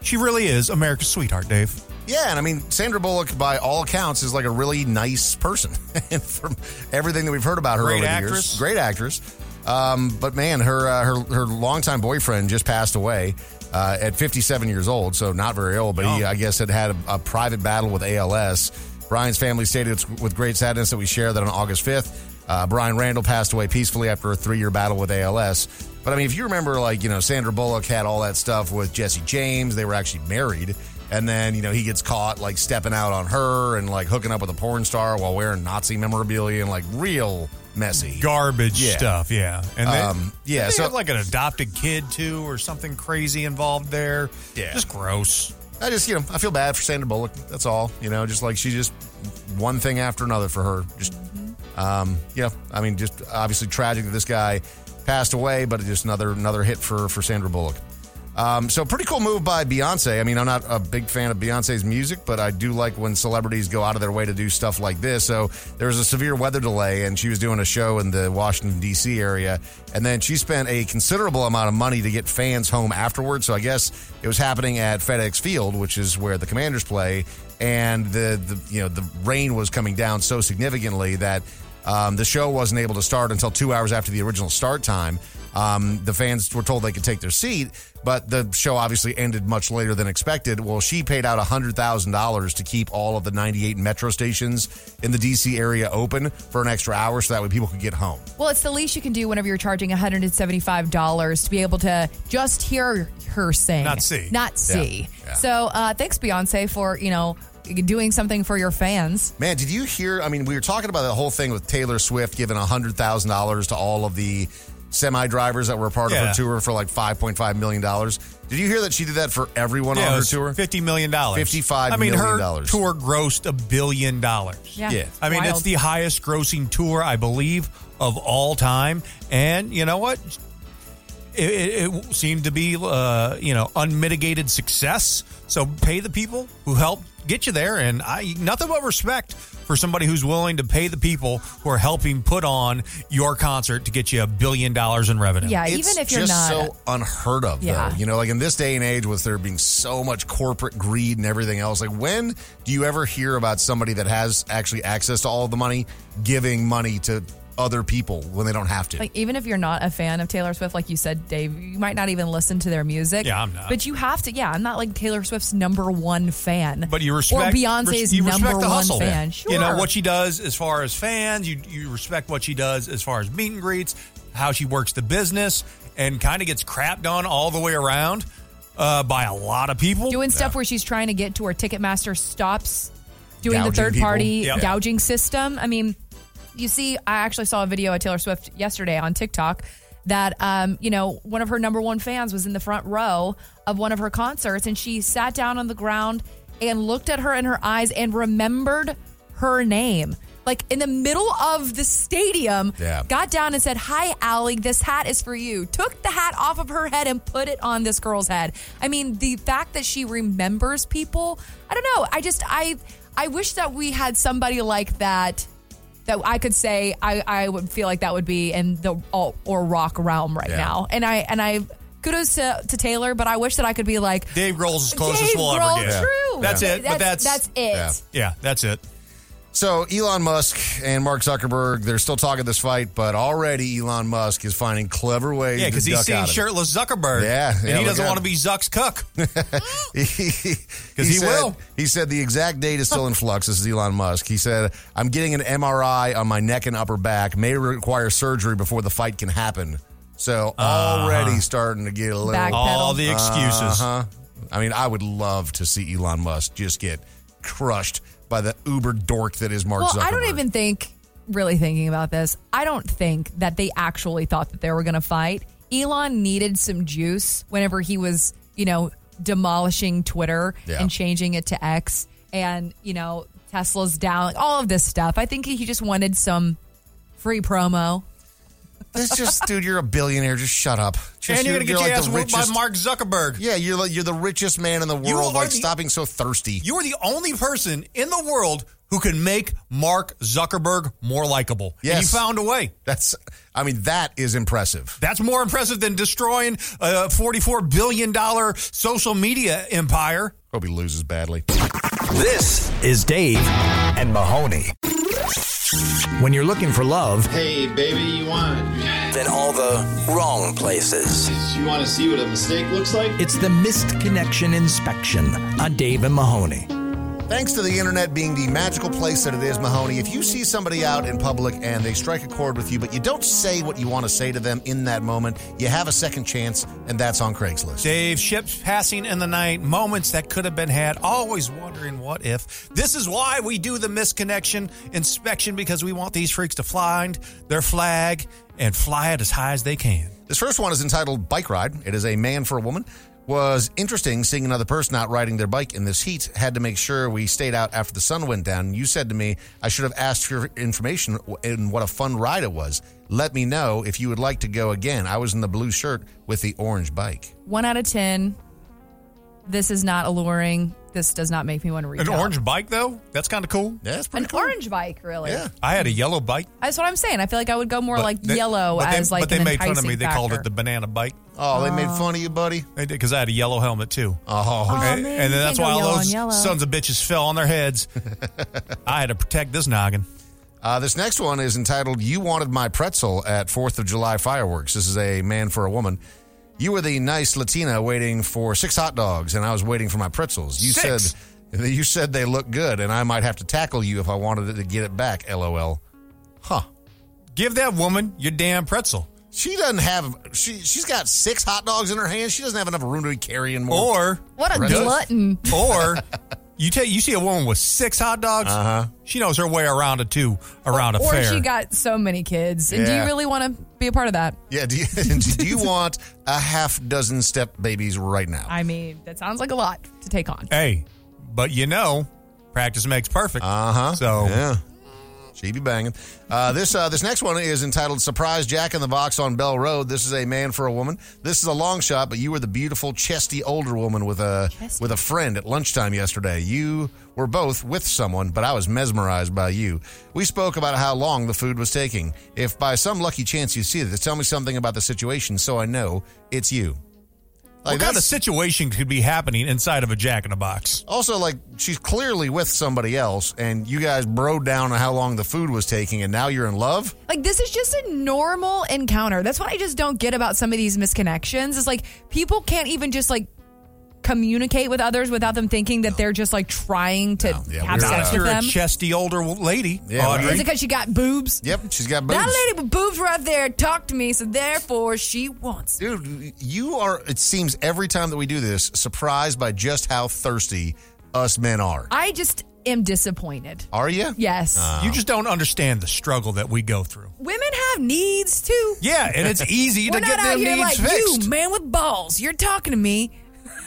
Speaker 4: she really is America's sweetheart, Dave.
Speaker 1: Yeah, and I mean Sandra Bullock, by all accounts, is like a really nice person. and from everything that we've heard about her
Speaker 4: Great
Speaker 1: over the
Speaker 4: actress.
Speaker 1: years, great actress. Um, but man, her uh, her her longtime boyfriend just passed away uh, at 57 years old, so not very old. But he, I guess, had had a, a private battle with ALS. Brian's family stated it's with great sadness that we share that on August 5th, uh, Brian Randall passed away peacefully after a three year battle with ALS. But I mean, if you remember, like you know, Sandra Bullock had all that stuff with Jesse James. They were actually married. And then, you know, he gets caught like stepping out on her and like hooking up with a porn star while wearing Nazi memorabilia and like real messy.
Speaker 4: Garbage
Speaker 1: Yeah.
Speaker 4: stuff, yeah. And they,
Speaker 1: Um, yeah,
Speaker 4: they
Speaker 1: so-
Speaker 4: had like an adopted kid too, or something crazy involved there.
Speaker 1: Yeah.
Speaker 4: just gross.
Speaker 1: I just, you know, I feel bad for Sandra Bullock. That's all. You know, just like she just one thing after another for her. Just, um, yeah. I mean, just obviously tragic that this guy passed away, but just another another hit for for Sandra Bullock. Um, so pretty cool move by Beyonce. I mean, I'm not a big fan of Beyonce's music, but I do like when celebrities go out of their way to do stuff like this. So there was a severe weather delay, and she was doing a show in the Washington D.C. area, and then she spent a considerable amount of money to get fans home afterwards. So I guess it was happening at FedEx Field, which is where the Commanders play, and the, the you know the rain was coming down so significantly that um, the show wasn't able to start until two hours after the original start time. Um, the fans were told they could take their seat, but the show obviously ended much later than expected. Well, she paid out $100,000 to keep all of the 98 metro stations in the D.C. area open for an extra hour so that way people could get home.
Speaker 3: Well, it's the least you can do whenever you're charging $175 to be able to just hear her sing.
Speaker 4: Not see.
Speaker 3: Not see.
Speaker 1: Yeah, yeah.
Speaker 3: So uh, thanks, Beyonce, for, you know, doing something for your fans.
Speaker 1: Man, did you hear? I mean, we were talking about the whole thing with Taylor Swift giving $100,000 to all of the semi drivers that were a part of
Speaker 4: Yeah.
Speaker 1: her tour for like $5.5 million. Did you hear that she did that for everyone
Speaker 4: Yeah, it
Speaker 1: on her
Speaker 4: was
Speaker 1: tour?
Speaker 4: $50 million.
Speaker 1: $55
Speaker 4: I mean, her
Speaker 1: million.
Speaker 4: tour grossed a billion dollars.
Speaker 1: Yeah. Yeah.
Speaker 4: I mean, it's
Speaker 1: Wild.
Speaker 4: the highest grossing tour, I believe, of all time. And you know what? It, it, it seemed to be, uh, you know, unmitigated success. So pay the people who helped get you there. And I, nothing but respect for somebody who's willing to pay the people who are helping put on your concert to get you a billion dollars in revenue.
Speaker 3: Yeah,
Speaker 1: It's
Speaker 3: Uh, even if you're
Speaker 1: just
Speaker 3: not-
Speaker 1: so unheard of,
Speaker 3: Yeah.
Speaker 1: though. You know, like in this day and age, with there being so much corporate greed and everything else, like when do you ever hear about somebody that has actually access to all the money giving money to other people when they don't have to?
Speaker 3: Like, even if you're not a fan of Taylor Swift, like you said, Dave, you might not even listen to their music.
Speaker 4: Yeah, I'm not.
Speaker 3: But you have to, yeah, I'm not like Taylor Swift's number one fan.
Speaker 4: But you respect
Speaker 3: Or Beyonce's
Speaker 4: res- you
Speaker 3: number
Speaker 4: respect the
Speaker 3: one
Speaker 4: hustle.
Speaker 3: fan. Sure.
Speaker 4: You know what she does as far as fans. You you respect what she does as far as meet and greets, how she works the business, and kind of gets crapped on all the way around uh, by a lot of people.
Speaker 3: doing stuff where she's trying to get to where Ticketmaster stops doing
Speaker 4: Gouging
Speaker 3: the third party
Speaker 4: people. Yeah.
Speaker 3: gouging system. I mean, you see, I actually saw a video of Taylor Swift yesterday on TikTok that, um, you know, one of her number one fans was in the front row of one of her concerts and she sat down on the ground and looked at her in her eyes and remembered her name. Like in the middle of the stadium,
Speaker 1: Yeah.
Speaker 3: got down and said, Hi, Allie, this hat is for you. Took the hat off of her head and put it on this girl's head. I mean, the fact that she remembers people, I don't know. I just, I, I wish that we had somebody like that that I could say I, I would feel like that would be in the alt or rock realm right
Speaker 4: Yeah.
Speaker 3: now. And I, and I, kudos to, to Taylor, but I wish that I could be like,
Speaker 4: Dave Grohl's as close as
Speaker 3: Dave
Speaker 4: we'll
Speaker 3: Grohl,
Speaker 4: ever get.
Speaker 3: true.
Speaker 4: That's
Speaker 3: Yeah.
Speaker 4: it. But
Speaker 3: That's- that's
Speaker 4: that's
Speaker 3: it. Yeah.
Speaker 4: Yeah, that's it.
Speaker 1: So Elon Musk and Mark Zuckerberg, they're still talking this fight, but already Elon Musk is finding clever ways.
Speaker 4: Yeah,
Speaker 1: to
Speaker 4: because he's
Speaker 1: duck
Speaker 4: seeing
Speaker 1: out of it.
Speaker 4: shirtless Zuckerberg.
Speaker 1: Yeah, yeah,
Speaker 4: and he
Speaker 1: look
Speaker 4: doesn't
Speaker 1: out.
Speaker 4: want to be Zuck's cook.
Speaker 1: because
Speaker 4: he will.
Speaker 1: He said the exact date is still in flux. This is Elon Musk. He said, "I'm getting an MRI on my neck and upper back. May require surgery before the fight can happen." So
Speaker 4: Ah.
Speaker 1: already starting to get a little
Speaker 4: Backpedal. All the excuses.
Speaker 1: Uh-huh. I mean, I would love to see Elon Musk just get crushed by the uber dork that is Mark
Speaker 3: well,
Speaker 1: Zuckerberg.
Speaker 3: I don't even think, really thinking about this, I don't think that they actually thought that they were going to fight. Elon needed some juice whenever he was, you know, demolishing Twitter
Speaker 12: Yeah.
Speaker 3: and changing it to X and, you know, Tesla's down, like, all of this stuff. I think he he just wanted some free promo.
Speaker 1: It's just, dude, you're a billionaire. Just shut up. Just,
Speaker 4: and you're gonna get your
Speaker 1: like
Speaker 4: ass
Speaker 1: the
Speaker 4: whooped by
Speaker 1: richest-
Speaker 4: Mark Zuckerberg.
Speaker 1: Yeah, you're like, you're the richest man in the
Speaker 4: You
Speaker 1: world.
Speaker 4: are
Speaker 1: Like,
Speaker 4: the-
Speaker 1: stop being so thirsty.
Speaker 4: You are the only person in the world who can make Mark Zuckerberg more likable. And
Speaker 1: Yes.
Speaker 4: you found a way.
Speaker 1: That's, I mean, that is impressive.
Speaker 4: That's more impressive than destroying a $44 billion social media empire.
Speaker 1: Hope he loses badly.
Speaker 7: This is Dave and Mahoney. When you're looking for love,
Speaker 17: Hey, baby, you want?
Speaker 7: then all the wrong places.
Speaker 17: You want to see what a mistake looks like?
Speaker 7: It's the missed connection inspection on Dave and Mahoney.
Speaker 1: Thanks to the internet being the magical place that it is, Mahoney, if you see somebody out in public and they strike a chord with you, but you don't say what you want to say to them in that moment, you have a second chance, and that's on Craigslist.
Speaker 4: Dave, ships passing in the night, moments that could have been had, always wondering what if. This is why we do the misconnection inspection because we want these freaks to find their flag and fly it as high as they can.
Speaker 1: This first one is entitled Bike Ride. It is a man for a woman. was interesting seeing another person out riding their bike in this heat. Had to make sure we stayed out after the sun went down. You said to me, I should have asked for your information and what a fun ride it was. Let me know if you would like to go again. I was in the blue shirt with the orange bike.
Speaker 3: One out of 10. This is not alluring. This does not make me want to reach
Speaker 4: An
Speaker 3: out.
Speaker 4: orange bike, though? That's kind of cool.
Speaker 1: Yeah, that's
Speaker 3: An orange bike, really.
Speaker 4: Yeah. I had a yellow bike.
Speaker 3: That's what I'm saying. I feel like I would go more
Speaker 4: but
Speaker 3: like
Speaker 4: they-
Speaker 3: yellow
Speaker 4: but they-
Speaker 3: as like
Speaker 4: But they
Speaker 3: an
Speaker 4: made fun of
Speaker 3: enticing
Speaker 4: me. They called it
Speaker 3: factor.
Speaker 4: the banana bike.
Speaker 1: Oh, they made fun of you, buddy?
Speaker 4: They did because I had a yellow helmet too.
Speaker 1: Oh,
Speaker 3: Oh,
Speaker 4: and,
Speaker 3: man, you
Speaker 4: and then that's
Speaker 3: can't
Speaker 4: why
Speaker 3: go yellow
Speaker 4: all
Speaker 3: on
Speaker 4: those
Speaker 3: yellow.
Speaker 4: sons of bitches fell on their heads. I had to protect this noggin.
Speaker 1: Uh, this next one is entitled You Wanted My Pretzel at 4th of July Fireworks. This is a man for a woman. You were the nice Latina waiting for six hot dogs, and I was waiting for my pretzels. You
Speaker 4: Six?
Speaker 1: said you said they look good, and I might have to tackle you if I wanted to get it back. LOL. Huh?
Speaker 4: Give that woman your damn pretzel,
Speaker 1: She doesn't have she. She's got six hot dogs in her hand. She doesn't have enough room to be carrying more.
Speaker 4: or
Speaker 3: What a
Speaker 1: Pretzels.
Speaker 3: glutton.
Speaker 4: or you take you see a woman with six hot dogs. Uh-huh. She knows her way around a two around a
Speaker 3: Or
Speaker 4: fair.
Speaker 3: she got so many kids. And do you
Speaker 1: Yeah.
Speaker 3: really want to be a part of that?
Speaker 1: yeah. Do you, do you want a half dozen step babies right now?
Speaker 3: I mean, that sounds like a lot to take on.
Speaker 4: hey, but you know, practice makes perfect.
Speaker 1: Uh huh.
Speaker 4: So-
Speaker 1: yeah, she be banging. Uh, this uh, this next one is entitled "Surprise Jack in the Box on Bell Road." This is a man for a woman. This is a long shot, but you were the beautiful, chesty older woman with a with a friend at lunchtime yesterday. You were both with someone, but I was mesmerized by you. We spoke about how long the food was taking. If by some lucky chance you see this, tell me something about the situation so I know it's you.
Speaker 4: what kind of situation could be happening inside of a Jack in a Box?
Speaker 1: Also, like she's clearly with somebody else, and you guys bro down on how long the food was taking, and now you're in love.
Speaker 3: Like this is just a normal encounter. That's what I just don't get about some of these misconnections. It's like people can't even just like communicate with others without them thinking that they're just like trying to
Speaker 1: Yeah, we're
Speaker 3: have sex
Speaker 1: not.
Speaker 4: You're
Speaker 3: with
Speaker 4: a
Speaker 3: them.
Speaker 4: chesty older w- lady,
Speaker 1: Yeah,
Speaker 4: Audrey.
Speaker 3: Is it because she got boobs?
Speaker 1: Yep, she's got boobs.
Speaker 3: That lady with boobs right there talked to me, so therefore she wants. it.
Speaker 1: Dude, you are. It seems every time that we do this, surprised by just how thirsty us men are.
Speaker 3: I just am disappointed.
Speaker 1: Are you?
Speaker 3: Yes,
Speaker 1: Uh.
Speaker 4: You just don't understand the struggle that we go through.
Speaker 3: women have needs too.
Speaker 4: Yeah, and it's easy
Speaker 3: We're
Speaker 4: to
Speaker 3: not
Speaker 4: get
Speaker 3: out
Speaker 4: them
Speaker 3: here
Speaker 4: needs
Speaker 3: like
Speaker 4: fixed.
Speaker 3: you, man with balls. You're talking to me.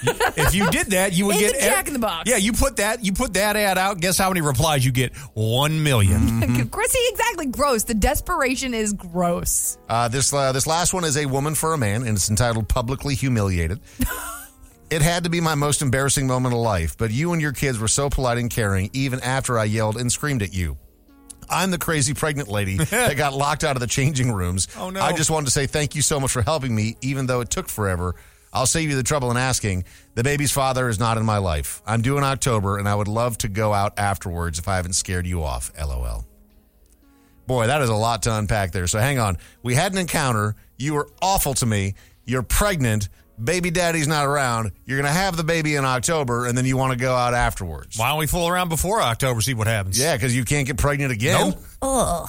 Speaker 4: If you did that, you would
Speaker 3: In
Speaker 4: get e-,
Speaker 3: the Jack in the Box.
Speaker 4: Yeah, you put that you put that ad out. Guess how many replies you get? One
Speaker 3: Mm.
Speaker 4: million.
Speaker 1: Hmm.
Speaker 3: Chrissy, exactly. Gross. The desperation is gross.
Speaker 1: Uh, this uh, this last one is a woman for a man, and it's entitled "Publicly Humiliated." it had to be my most embarrassing moment of life, but you and your kids were so polite and caring, even after I yelled and screamed at you. I'm the crazy pregnant lady that got locked out of the changing rooms.
Speaker 4: Oh, no.
Speaker 1: I just wanted to say thank you so much for helping me, even though it took forever. I'll save you the trouble in asking. The baby's father is not in my life. I'm due in October, and I would love to go out afterwards if I haven't scared you off. LOL. Boy, that is a lot to unpack there. So hang on. We had an encounter. You were awful to me. You're pregnant. Baby daddy's not around. You're going to have the baby in October, and then you want to go out afterwards.
Speaker 4: Why don't we fool around before October, see what happens?
Speaker 1: Yeah, because you can't get pregnant again.
Speaker 4: Nope.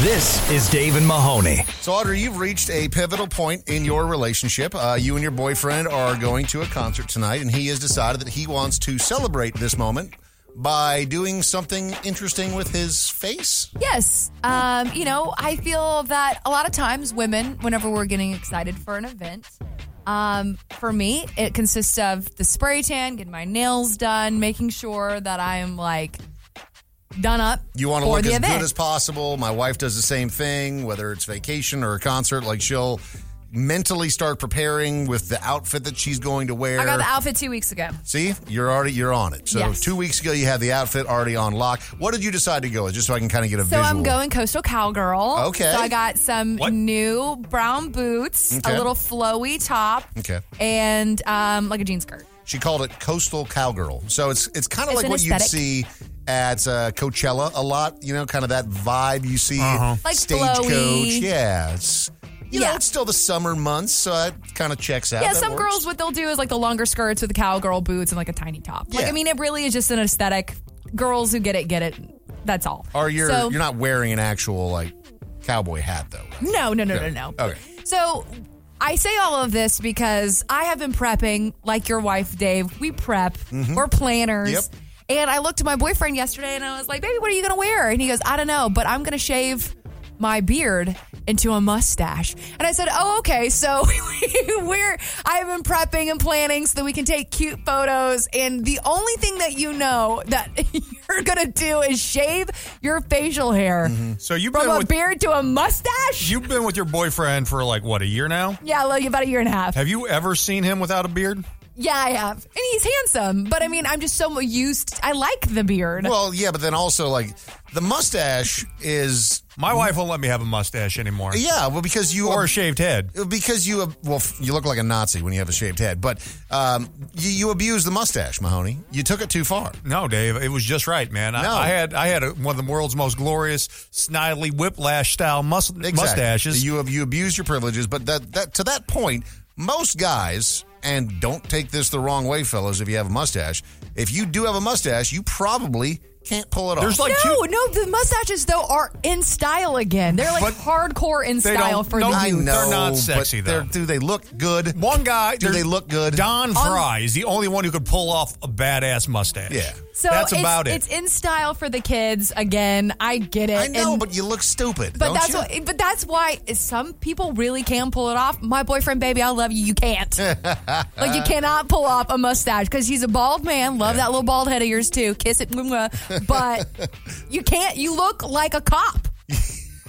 Speaker 7: This is Dave and Mahoney.
Speaker 1: So, Audrey, you've reached a pivotal point in your relationship. Uh, you and your boyfriend are going to a concert tonight, and he has decided that he wants to celebrate this moment by doing something interesting with his face.
Speaker 3: Yes. Um, you know, I feel that a lot of times women, whenever we're getting excited for an event, um, for me, it consists of the spray tan, getting my nails done, making sure that I am like done up.
Speaker 1: You want to
Speaker 3: for
Speaker 1: look
Speaker 3: the
Speaker 1: as
Speaker 3: event.
Speaker 1: good as possible. My wife does the same thing, whether it's vacation or a concert. Like she'll mentally start preparing with the outfit that she's going to wear.
Speaker 3: I got the outfit two weeks ago.
Speaker 1: See, you're already you're on it. So
Speaker 3: Yes.
Speaker 1: two weeks ago, you had the outfit already on lock. What did you decide to go with? Just so I can kind of get a
Speaker 3: So
Speaker 1: visual.
Speaker 3: I'm going coastal cowgirl.
Speaker 1: Okay.
Speaker 3: So I got some
Speaker 4: What?
Speaker 3: new brown boots,
Speaker 1: Okay.
Speaker 3: a little flowy top,
Speaker 1: Okay.
Speaker 3: and um, like a jean skirt.
Speaker 1: She called it coastal cowgirl. So it's it's kind of
Speaker 3: It's
Speaker 1: like
Speaker 3: an
Speaker 1: what you'd
Speaker 3: aesthetic.
Speaker 1: see at uh, Coachella a lot. You know, kind of that vibe you see.
Speaker 3: Like
Speaker 1: Stagecoach.
Speaker 3: flowy.
Speaker 1: Yeah. It's, you know,
Speaker 3: Yeah.
Speaker 1: it's still the summer months, so that kind of checks out.
Speaker 3: Yeah,
Speaker 1: That
Speaker 3: some
Speaker 1: works.
Speaker 3: girls, what they'll do is like the longer skirts with the cowgirl boots and like a tiny top. Like,
Speaker 1: Yeah.
Speaker 3: I mean, it really is just an aesthetic. Girls who get it, get it. That's all.
Speaker 1: Or you're
Speaker 3: So-
Speaker 1: you're not wearing an actual like cowboy hat though. right?
Speaker 3: No, no, no, no, no.
Speaker 1: Okay.
Speaker 3: So I say all of this because I have been prepping like your wife, Dave. We prep.
Speaker 4: Mm-hmm.
Speaker 3: We're planners.
Speaker 1: Yep.
Speaker 3: And I looked at my boyfriend yesterday and I was like, baby, what are you going to wear? And he goes, I don't know, but I'm going to shave my beard into a mustache. And I said, Oh, okay. So we're, I've been prepping and planning so that we can take cute photos. And the only thing that you know that you're going to do is shave your facial hair.
Speaker 4: Mm-hmm. So you've
Speaker 3: From
Speaker 4: been
Speaker 3: a
Speaker 4: with-
Speaker 3: beard to a mustache?
Speaker 4: You've been with your boyfriend for like what a year now.
Speaker 3: Yeah, like about a year and a half.
Speaker 4: Have you ever seen him without a beard?
Speaker 3: Yeah, I have. And he's handsome, but I mean, I'm just so used. I like the beard.
Speaker 1: Well, yeah, but then also like the mustache is
Speaker 4: my wife won't let me have a mustache anymore.
Speaker 1: Yeah, well, because you
Speaker 4: Or
Speaker 1: are
Speaker 4: a shaved head.
Speaker 1: Because you ab- well, f- you look like a Nazi when you have a shaved head, but um, you, you abuse the mustache, Mahoney. You took it too far.
Speaker 4: No, Dave, it was just right, man. I,
Speaker 1: No.
Speaker 4: I had I had a, one of the world's most glorious snidely whiplash style mus- mustaches.
Speaker 1: You ab- you abuse your privileges, but that that to that point, most guys and don't take this the wrong way, fellas. If you have a mustache, if you do have a mustache, you probably can't pull it off.
Speaker 3: no, no, the mustaches though are in style again. They're like
Speaker 1: But
Speaker 3: hardcore in
Speaker 1: They
Speaker 3: style
Speaker 1: don't-
Speaker 3: for
Speaker 1: no,
Speaker 3: the
Speaker 1: I
Speaker 3: youth.
Speaker 1: know,
Speaker 4: They're not
Speaker 1: but
Speaker 4: sexy, though.
Speaker 1: they're- Do they look good?
Speaker 4: One guy.
Speaker 1: Do they look good?
Speaker 3: Um,
Speaker 4: Don Fry is the only one who could pull off a badass mustache. Yeah,
Speaker 3: So
Speaker 4: that's
Speaker 3: it's,
Speaker 4: about it.
Speaker 3: It's in style for the kids again. I get it. I
Speaker 1: know, but you look stupid.
Speaker 3: But
Speaker 1: don't
Speaker 3: that's
Speaker 1: you?
Speaker 3: what, but that's why some people really can pull it off. My boyfriend, baby, I love you. You can't. like you cannot pull off a mustache because he's a bald man. Love that little bald head of yours too. Kiss it, mwah, mwah. but you can't. You look like a cop.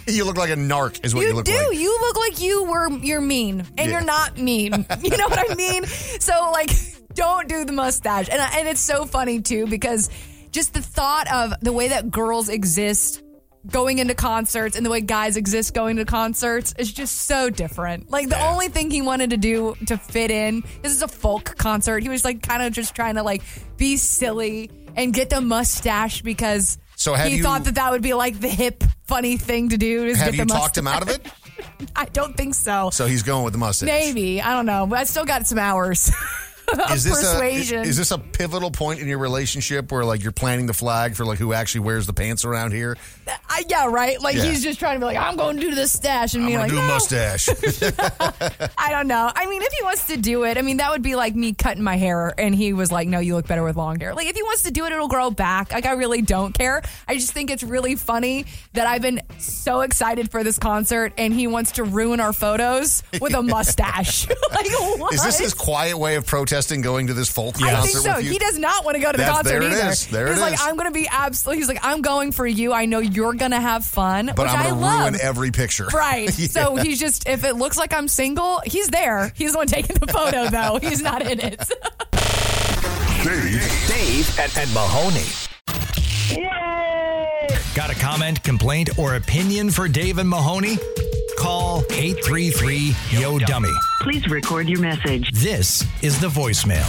Speaker 1: you look like a narc, is what you, look
Speaker 3: do.
Speaker 1: like.
Speaker 3: You look like you were you're mean, and
Speaker 1: Yeah.
Speaker 3: you're not mean. You know what I mean? So like, don't do the mustache. And I- and it's so funny too because just the thought of the way that girls exist going into concerts and the way guys exist going to concerts is just so different. Like the only thing he wanted to do to fit in, this is a folk concert. He was like kind of just trying to like be silly and get the mustache because
Speaker 1: So have
Speaker 3: he
Speaker 1: you-
Speaker 3: thought that that would be like the hip funny thing to do is
Speaker 1: Have
Speaker 3: get
Speaker 1: you
Speaker 3: the
Speaker 1: talked him out of
Speaker 3: mustache.
Speaker 1: it?
Speaker 3: I don't think so.
Speaker 1: So he's going with the mustache.
Speaker 3: Maybe I don't know. but I still got some hours. of
Speaker 1: Is this
Speaker 3: persuasion?
Speaker 1: a is this a pivotal point in your relationship where like you're planting the flag for like who actually wears the pants around here?
Speaker 3: I, yeah, right. Like
Speaker 1: Yeah.
Speaker 3: he's just trying to be like, I'm going to do the stash, and
Speaker 1: I'm
Speaker 3: me
Speaker 1: gonna
Speaker 3: like,
Speaker 1: do
Speaker 3: no,
Speaker 1: a mustache.
Speaker 3: I don't know. I mean, if he wants to do it, I mean, that would be like me cutting my hair, and he was like, "No, you look better with long hair." Like, if he wants to do it, it'll grow back. Like, I really don't care. I just think it's really funny that I've been so excited for this concert, and he wants to ruin our photos with a mustache. like, what?
Speaker 1: is this his quiet way of protesting going to this folk
Speaker 3: I
Speaker 1: concert
Speaker 3: think so.
Speaker 1: with you?
Speaker 3: He does not want to go to the
Speaker 1: That's-
Speaker 3: concert
Speaker 1: there it
Speaker 3: either.
Speaker 1: is. There
Speaker 3: he's
Speaker 1: it
Speaker 3: like,
Speaker 1: is.
Speaker 3: I'm going to be absolutely. He's like, I'm going for you. I know you're going to have fun,
Speaker 1: but
Speaker 3: which
Speaker 1: I'm
Speaker 3: I
Speaker 1: gonna
Speaker 3: love.
Speaker 1: ruin every picture.
Speaker 3: Right.
Speaker 1: Yeah.
Speaker 3: So he's just, if it looks like I'm single, he's there. He's the one taking the photo, though. He's not in it.
Speaker 7: Dave, Dave, and, and Mahoney.
Speaker 2: Got a comment, complaint, or opinion for Dave and Mahoney? Call 833 Yo Dummy.
Speaker 10: Please record your message.
Speaker 2: This is the voicemail.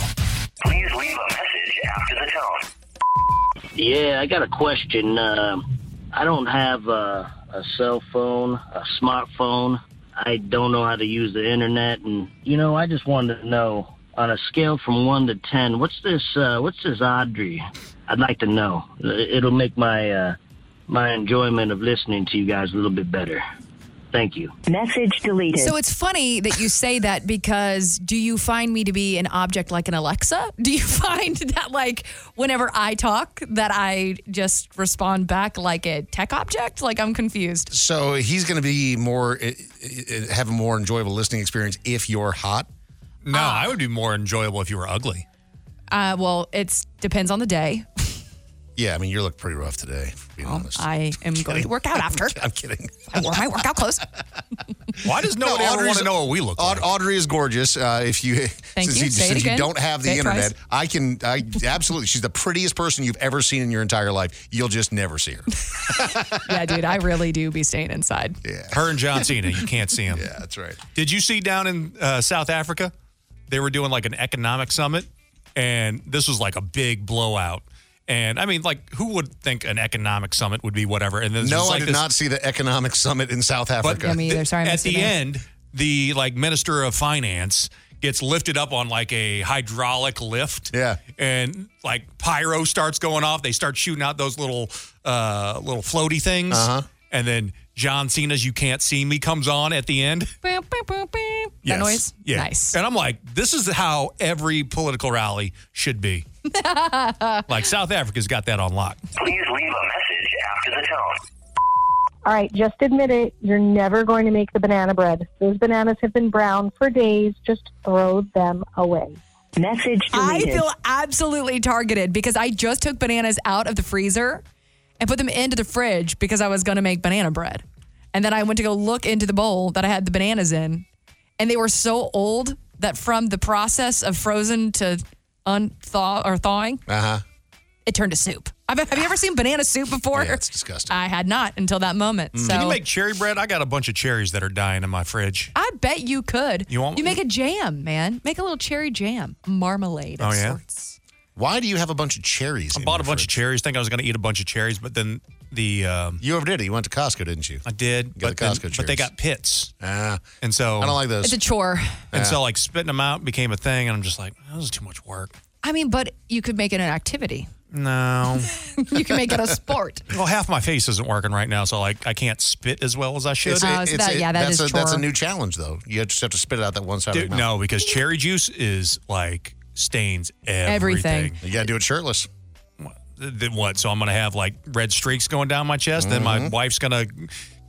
Speaker 13: Please leave a message after the tone.
Speaker 18: Yeah, I got a question. Um I don't have a, a cell phone, a smartphone. I don't know how to use the internet, and you know, I just wanted to know on a scale from one to ten, what's this? Uh, what's this Audrey? I'd like to know. It- It'll make my uh, my enjoyment of listening to you guys a little bit better. Thank you.
Speaker 10: Message deleted.
Speaker 3: So it's funny that you say that because do you find me to be an object like an Alexa? Do you find that, like, whenever I talk, that I just respond back like a tech object? Like, I'm confused.
Speaker 1: So he's going to be more i- i- i- have a more enjoyable listening experience if you're hot.
Speaker 4: no, I would be more enjoyable if you were ugly.
Speaker 3: Uh, well, it depends on the day.
Speaker 1: Yeah, I mean you look pretty rough today. To be honest,
Speaker 3: Oh, I am going to work out after.
Speaker 1: I'm kidding.
Speaker 3: I wore my workout clothes.
Speaker 4: Why does nobody ever want to know what we look
Speaker 1: like? Audrey is gorgeous. Uh, if you since,
Speaker 3: you.
Speaker 1: you,
Speaker 3: Say it
Speaker 1: since you
Speaker 3: again.
Speaker 1: don't have the
Speaker 3: Say it twice.
Speaker 1: internet, I can. I absolutely. She's the prettiest person you've ever seen in your entire life. You'll just never see her.
Speaker 3: yeah, dude, I really do be staying inside.
Speaker 1: Yeah.
Speaker 4: Her and John Cena, you can't see him.
Speaker 1: Yeah, that's right.
Speaker 4: Did you see down in uh, South Africa? They were doing like an economic summit, and this was like a big blowout. And I mean, like, who would think an economic summit would be whatever? And then
Speaker 1: No,
Speaker 4: like
Speaker 1: I did
Speaker 4: this-
Speaker 1: not see the economic summit in South Africa.
Speaker 4: at the end, the like minister of finance gets lifted up on like a hydraulic lift. Yeah. And like pyro starts going off. They start shooting out those little uh little floaty things.
Speaker 1: Uh-huh.
Speaker 4: And then John Cena's You Can't See Me comes on at the end.
Speaker 3: That noise?
Speaker 4: Yeah.
Speaker 3: Nice.
Speaker 4: And I'm like, this is how every political rally should be. Like South Africa's got that on lock.
Speaker 13: Please leave a message after the tone.
Speaker 19: All right, just admit it. You're never going to make the banana bread. Those bananas have been brown for days. Just throw them away.
Speaker 10: Message
Speaker 3: I
Speaker 10: deleted.
Speaker 3: feel absolutely targeted because I just took bananas out of the freezer and put them into the fridge because I was going to make banana bread. And then I went to go look into the bowl that I had the bananas in, and they were so old that from the process of frozen to unthaw or thawing,
Speaker 1: Uh huh.
Speaker 3: it turned to soup. I've, have you ever seen banana soup before?
Speaker 1: Yeah, it's disgusting.
Speaker 3: I had not until that moment. So
Speaker 4: Can you make cherry bread? I got a bunch of cherries that are dying in my fridge.
Speaker 3: I bet you could.
Speaker 4: You want-
Speaker 3: You make a jam, man. Make a little cherry jam, marmalade.
Speaker 4: Oh
Speaker 3: of
Speaker 4: yeah.
Speaker 3: sorts.
Speaker 1: Why do you have a bunch of cherries?
Speaker 4: I bought a bunch of cherries. Think I was going to eat a bunch of cherries, but then the um,
Speaker 1: you ever did it? You went to Costco, didn't you?
Speaker 4: I did,
Speaker 1: got
Speaker 4: but,
Speaker 1: the
Speaker 4: then-
Speaker 1: Costco
Speaker 4: but they
Speaker 1: cherries.
Speaker 4: got pits,
Speaker 1: Ah,
Speaker 4: and so
Speaker 1: I don't like those.
Speaker 3: It's a chore.
Speaker 4: And so like spitting them out became a thing, and I'm just like, that was too much work.
Speaker 3: I mean, but you could make it an activity.
Speaker 4: No.
Speaker 3: you can make it a sport.
Speaker 4: well, half my face isn't working right now, so like I can't spit as well as I should.
Speaker 1: It's a- it's a- that's a, That's a new challenge, though. You just have to spit it out that one side.
Speaker 4: Dude,
Speaker 1: of your mouth.
Speaker 4: no, because cherry juice is like stains
Speaker 3: Everything.
Speaker 4: everything.
Speaker 1: You got to do it shirtless.
Speaker 4: Then what? So I'm gonna have like red streaks going down my chest. Then my wife's gonna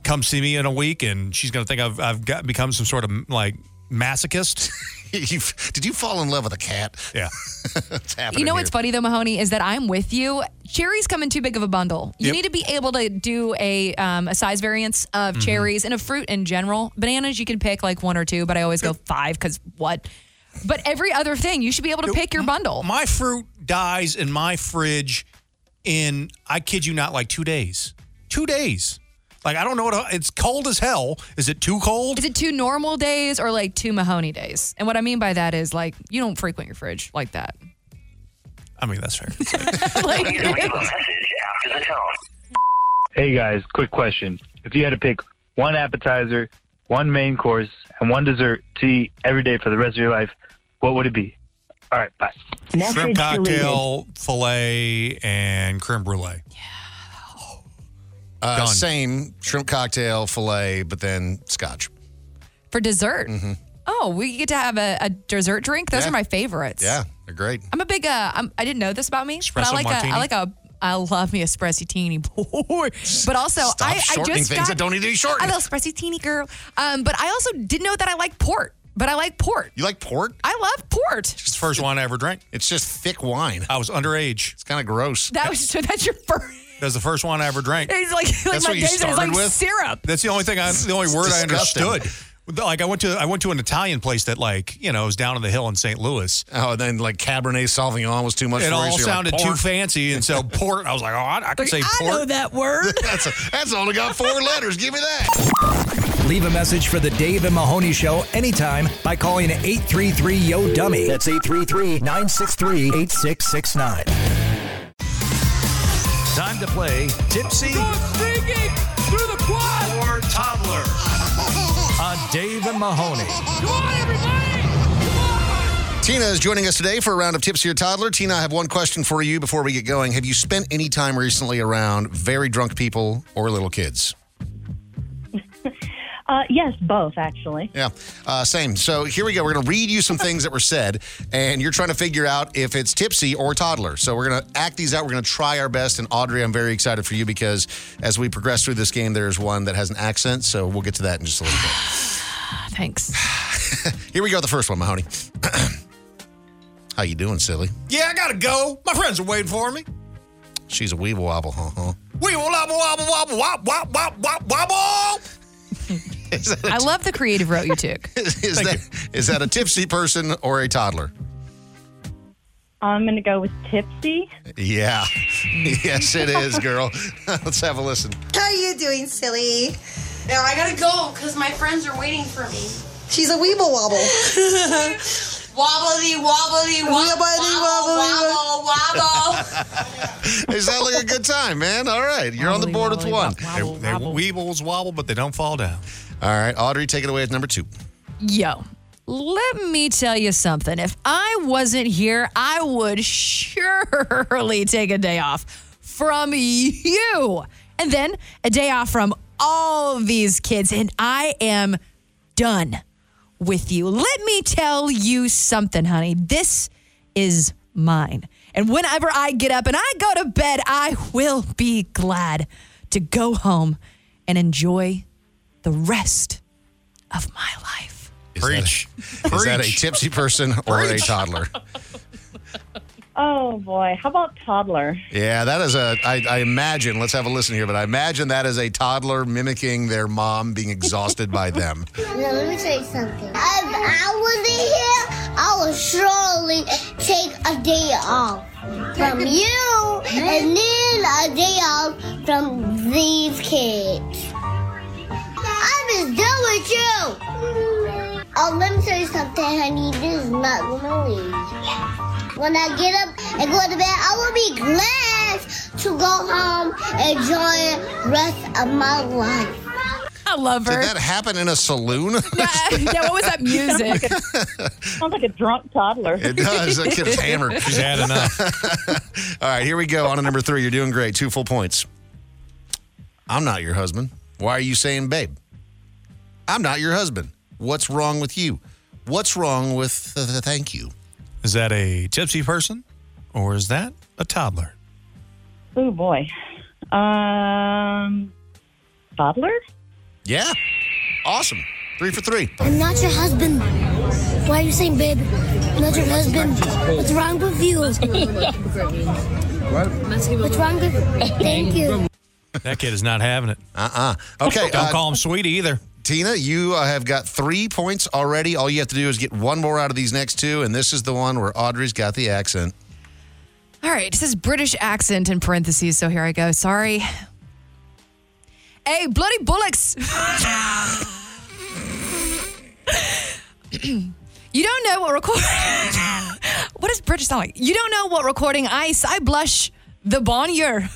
Speaker 4: come see me in a week, and she's gonna think I've I've got become some sort of like masochist.
Speaker 1: you, did you fall in love with a cat?
Speaker 4: Yeah,
Speaker 1: it's happening.
Speaker 3: You know
Speaker 1: here.
Speaker 3: what's funny though, Mahoney, is that I'm with you. Cherries come in too big of a bundle. You
Speaker 1: Yep.
Speaker 3: need to be able to do a um, a size variance of
Speaker 4: Mm-hmm.
Speaker 3: cherries and a fruit in general. Bananas you can pick like one or two, but I always go five because what? But every other thing you should be able to pick your bundle.
Speaker 4: my fruit dies in my fridge in I kid you not like two days. Two days. Like I don't know what it's cold as hell. Is it too cold?
Speaker 3: Is it two normal days or like two Mahoney days? And what I mean by that is like you don't frequent your fridge like that.
Speaker 4: I mean that's fair.
Speaker 3: like,
Speaker 20: Hey guys, quick question. If you had to pick one appetizer, one main course, and one dessert to eat every day for the rest of your life, what would it be? All right, bye.
Speaker 4: Shrimp cocktail, filet, and creme brulee.
Speaker 1: Uh,
Speaker 4: Done.
Speaker 1: same shrimp cocktail fillet, but then scotch.
Speaker 3: for dessert.
Speaker 1: Mhm.
Speaker 3: Oh, we get to have a, a dessert drink. Those
Speaker 1: Yeah.
Speaker 3: are my favorites.
Speaker 1: Yeah, they're great.
Speaker 3: I'm a big. Uh, I'm, I didn't know this about me, but I
Speaker 1: Espresso
Speaker 3: like
Speaker 1: martini?
Speaker 3: a. I like a. I love me a espresso teeny boy, but also
Speaker 1: Stop
Speaker 3: I, I
Speaker 1: shortening
Speaker 3: just
Speaker 1: things
Speaker 3: got,
Speaker 1: that don't need to be shortened.
Speaker 3: I love espresso teeny girl, um, but I also didn't know that I like port. But I like port.
Speaker 1: You like port?
Speaker 3: I love port.
Speaker 4: It's the first wine I ever drank.
Speaker 1: It's just thick wine.
Speaker 4: I was underage.
Speaker 1: It's kind of gross.
Speaker 3: That was so. That's your first.
Speaker 4: That's the first wine I ever drank.
Speaker 3: It's like like
Speaker 1: That's
Speaker 3: my
Speaker 1: what you
Speaker 3: days is like
Speaker 1: started with?
Speaker 3: syrup.
Speaker 4: That's the only thing. I, the only
Speaker 1: It's
Speaker 4: word
Speaker 1: disgusting.
Speaker 4: I understood. Like I went to I went to an Italian place that like you know was down on the hill in St. Louis.
Speaker 1: Oh, and then like Cabernet Sauvignon was too much. for
Speaker 4: It
Speaker 1: you,
Speaker 4: all
Speaker 1: so you're like,
Speaker 4: sounded too
Speaker 1: port.
Speaker 4: fancy, and so port. I was like, oh, I, I could say
Speaker 3: I
Speaker 4: port.
Speaker 3: know that word.
Speaker 1: that's a, that's only got four letters. Give me that.
Speaker 7: Leave a message for the Dave and Mahoney Show anytime by calling 833 Yo Dummy. That's 833 963 8669.
Speaker 2: Time to play Tipsy
Speaker 9: through the quad.
Speaker 2: or Toddler on Dave and Mahoney.
Speaker 1: Tina is joining us today for a round of tips to your toddler. Tina, I have one question for you before we get going. Have you spent any time recently around very drunk people or little kids?
Speaker 21: Uh, yes, both actually.
Speaker 1: Yeah, uh, same. So here we go. We're going to read you some things that were said, and you're trying to figure out if it's tipsy or toddler. So we're going to act these out. We're going to try our best. And Audrey, I'm very excited for you because as we progress through this game, there's one that has an accent. So we'll get to that in just a little bit.
Speaker 3: Thanks.
Speaker 1: Here we go. with The first one, Mahoney. How you doing, silly?
Speaker 4: Yeah, I gotta go. My friends are waiting for me.
Speaker 1: She's a weevil wobble, huh? huh?
Speaker 4: We will wobble wobble wobble wobble wobble wobble wobble.
Speaker 3: I love the creative route you took.
Speaker 1: Is that is that a tipsy person or a toddler?
Speaker 21: I'm going to go with tipsy.
Speaker 1: Yeah. yes, it is, girl. Let's have a listen.
Speaker 22: How you doing, silly? Now I gotta go because my friends are waiting for me.
Speaker 23: She's a weeble wobble.
Speaker 22: Wobbly, wobbly, wobble,
Speaker 23: Wobbly,
Speaker 22: wobble,
Speaker 23: wobbly,
Speaker 22: wobble, wobble.
Speaker 1: It sounds like a good time, man. All right. You're on the board with one.
Speaker 4: They, they weebles wobble, but they don't fall down.
Speaker 1: All right. Audrey, take it away at number two.
Speaker 3: Yo, let me tell you something. If I wasn't here, I would surely take a day off from you and then a day off from all these kids. And I am done with you. Let me tell you something, honey. This is mine. And whenever I get up and I go to bed, I will be glad to go home and enjoy the rest of my life.
Speaker 1: Is Preach. That a, is that a tipsy person or a toddler?
Speaker 21: Oh boy, how about toddler?
Speaker 1: Yeah, that is a. I, I imagine. Let's have a listen here, but I imagine that is a toddler mimicking their mom being exhausted by them.
Speaker 24: Now, let me tell you something. If I was in here, I would surely take a day off from you and then a day off from these kids. I'm just done with you. Oh, let me tell you something, honey. This is not gonna leave. When I get up and go to bed, I will be glad to go home and enjoy the rest of my life.
Speaker 3: I love her.
Speaker 1: Did that happen in a saloon?
Speaker 3: yeah, what was that music?
Speaker 21: Sounds like a drunk toddler.
Speaker 1: It does. That kid's hammered.
Speaker 4: She's had enough.
Speaker 1: All right, here we go. On to number three. You're doing great. Two full points. I'm not your husband. Why are you saying babe? I'm not your husband. What's wrong with you? What's wrong with the, the thank you?
Speaker 4: Is that a tipsy person or is that a toddler?
Speaker 21: Oh boy, um, toddler.
Speaker 1: Yeah. Awesome. Three for three.
Speaker 24: I'm not your husband. Why are you saying babe? I'm not your husband. What's wrong with you? What's wrong with Thank you.
Speaker 4: That kid is not having it.
Speaker 1: Uh uh Okay.
Speaker 4: Don't
Speaker 1: uh,
Speaker 4: call him sweetie either.
Speaker 1: Tina, you uh, have got three points already. All you have to do is get one more out of these next two, and this is the one where Audrey's got the accent.
Speaker 3: All right, it says British accent in parentheses, so here I go. Sorry. Hey, bloody bullocks. you don't know what record. what does British sound like? You don't know what recording ice. I blush the bonnier.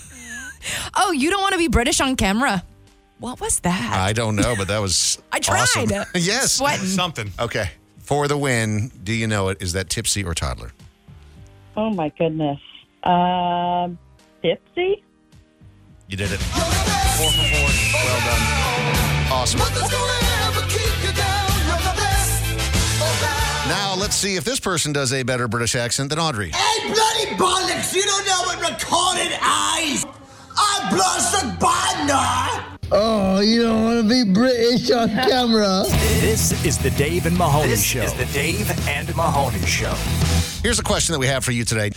Speaker 3: oh, you don't want to be British on camera. What was that?
Speaker 4: Uh,
Speaker 1: I don't know, but that was.
Speaker 3: I tried.
Speaker 1: awesome. yes.
Speaker 3: Sweating.
Speaker 4: Something.
Speaker 1: Okay. For the win, do you know it? Is that tipsy or toddler?
Speaker 21: Oh my goodness, um, tipsy.
Speaker 1: You did it. Four for four. Well done. Awesome. Now let's see if this person does a better British accent than Audrey.
Speaker 23: Hey, bloody bollocks! You don't know what recorded eyes! I blasted banner!
Speaker 25: Oh, you don't want to be British on camera.
Speaker 7: This is the Dave and Mahoney
Speaker 15: This
Speaker 7: Show.
Speaker 15: is the Dave and Mahoney Show.
Speaker 1: Here's a question that we have for you today.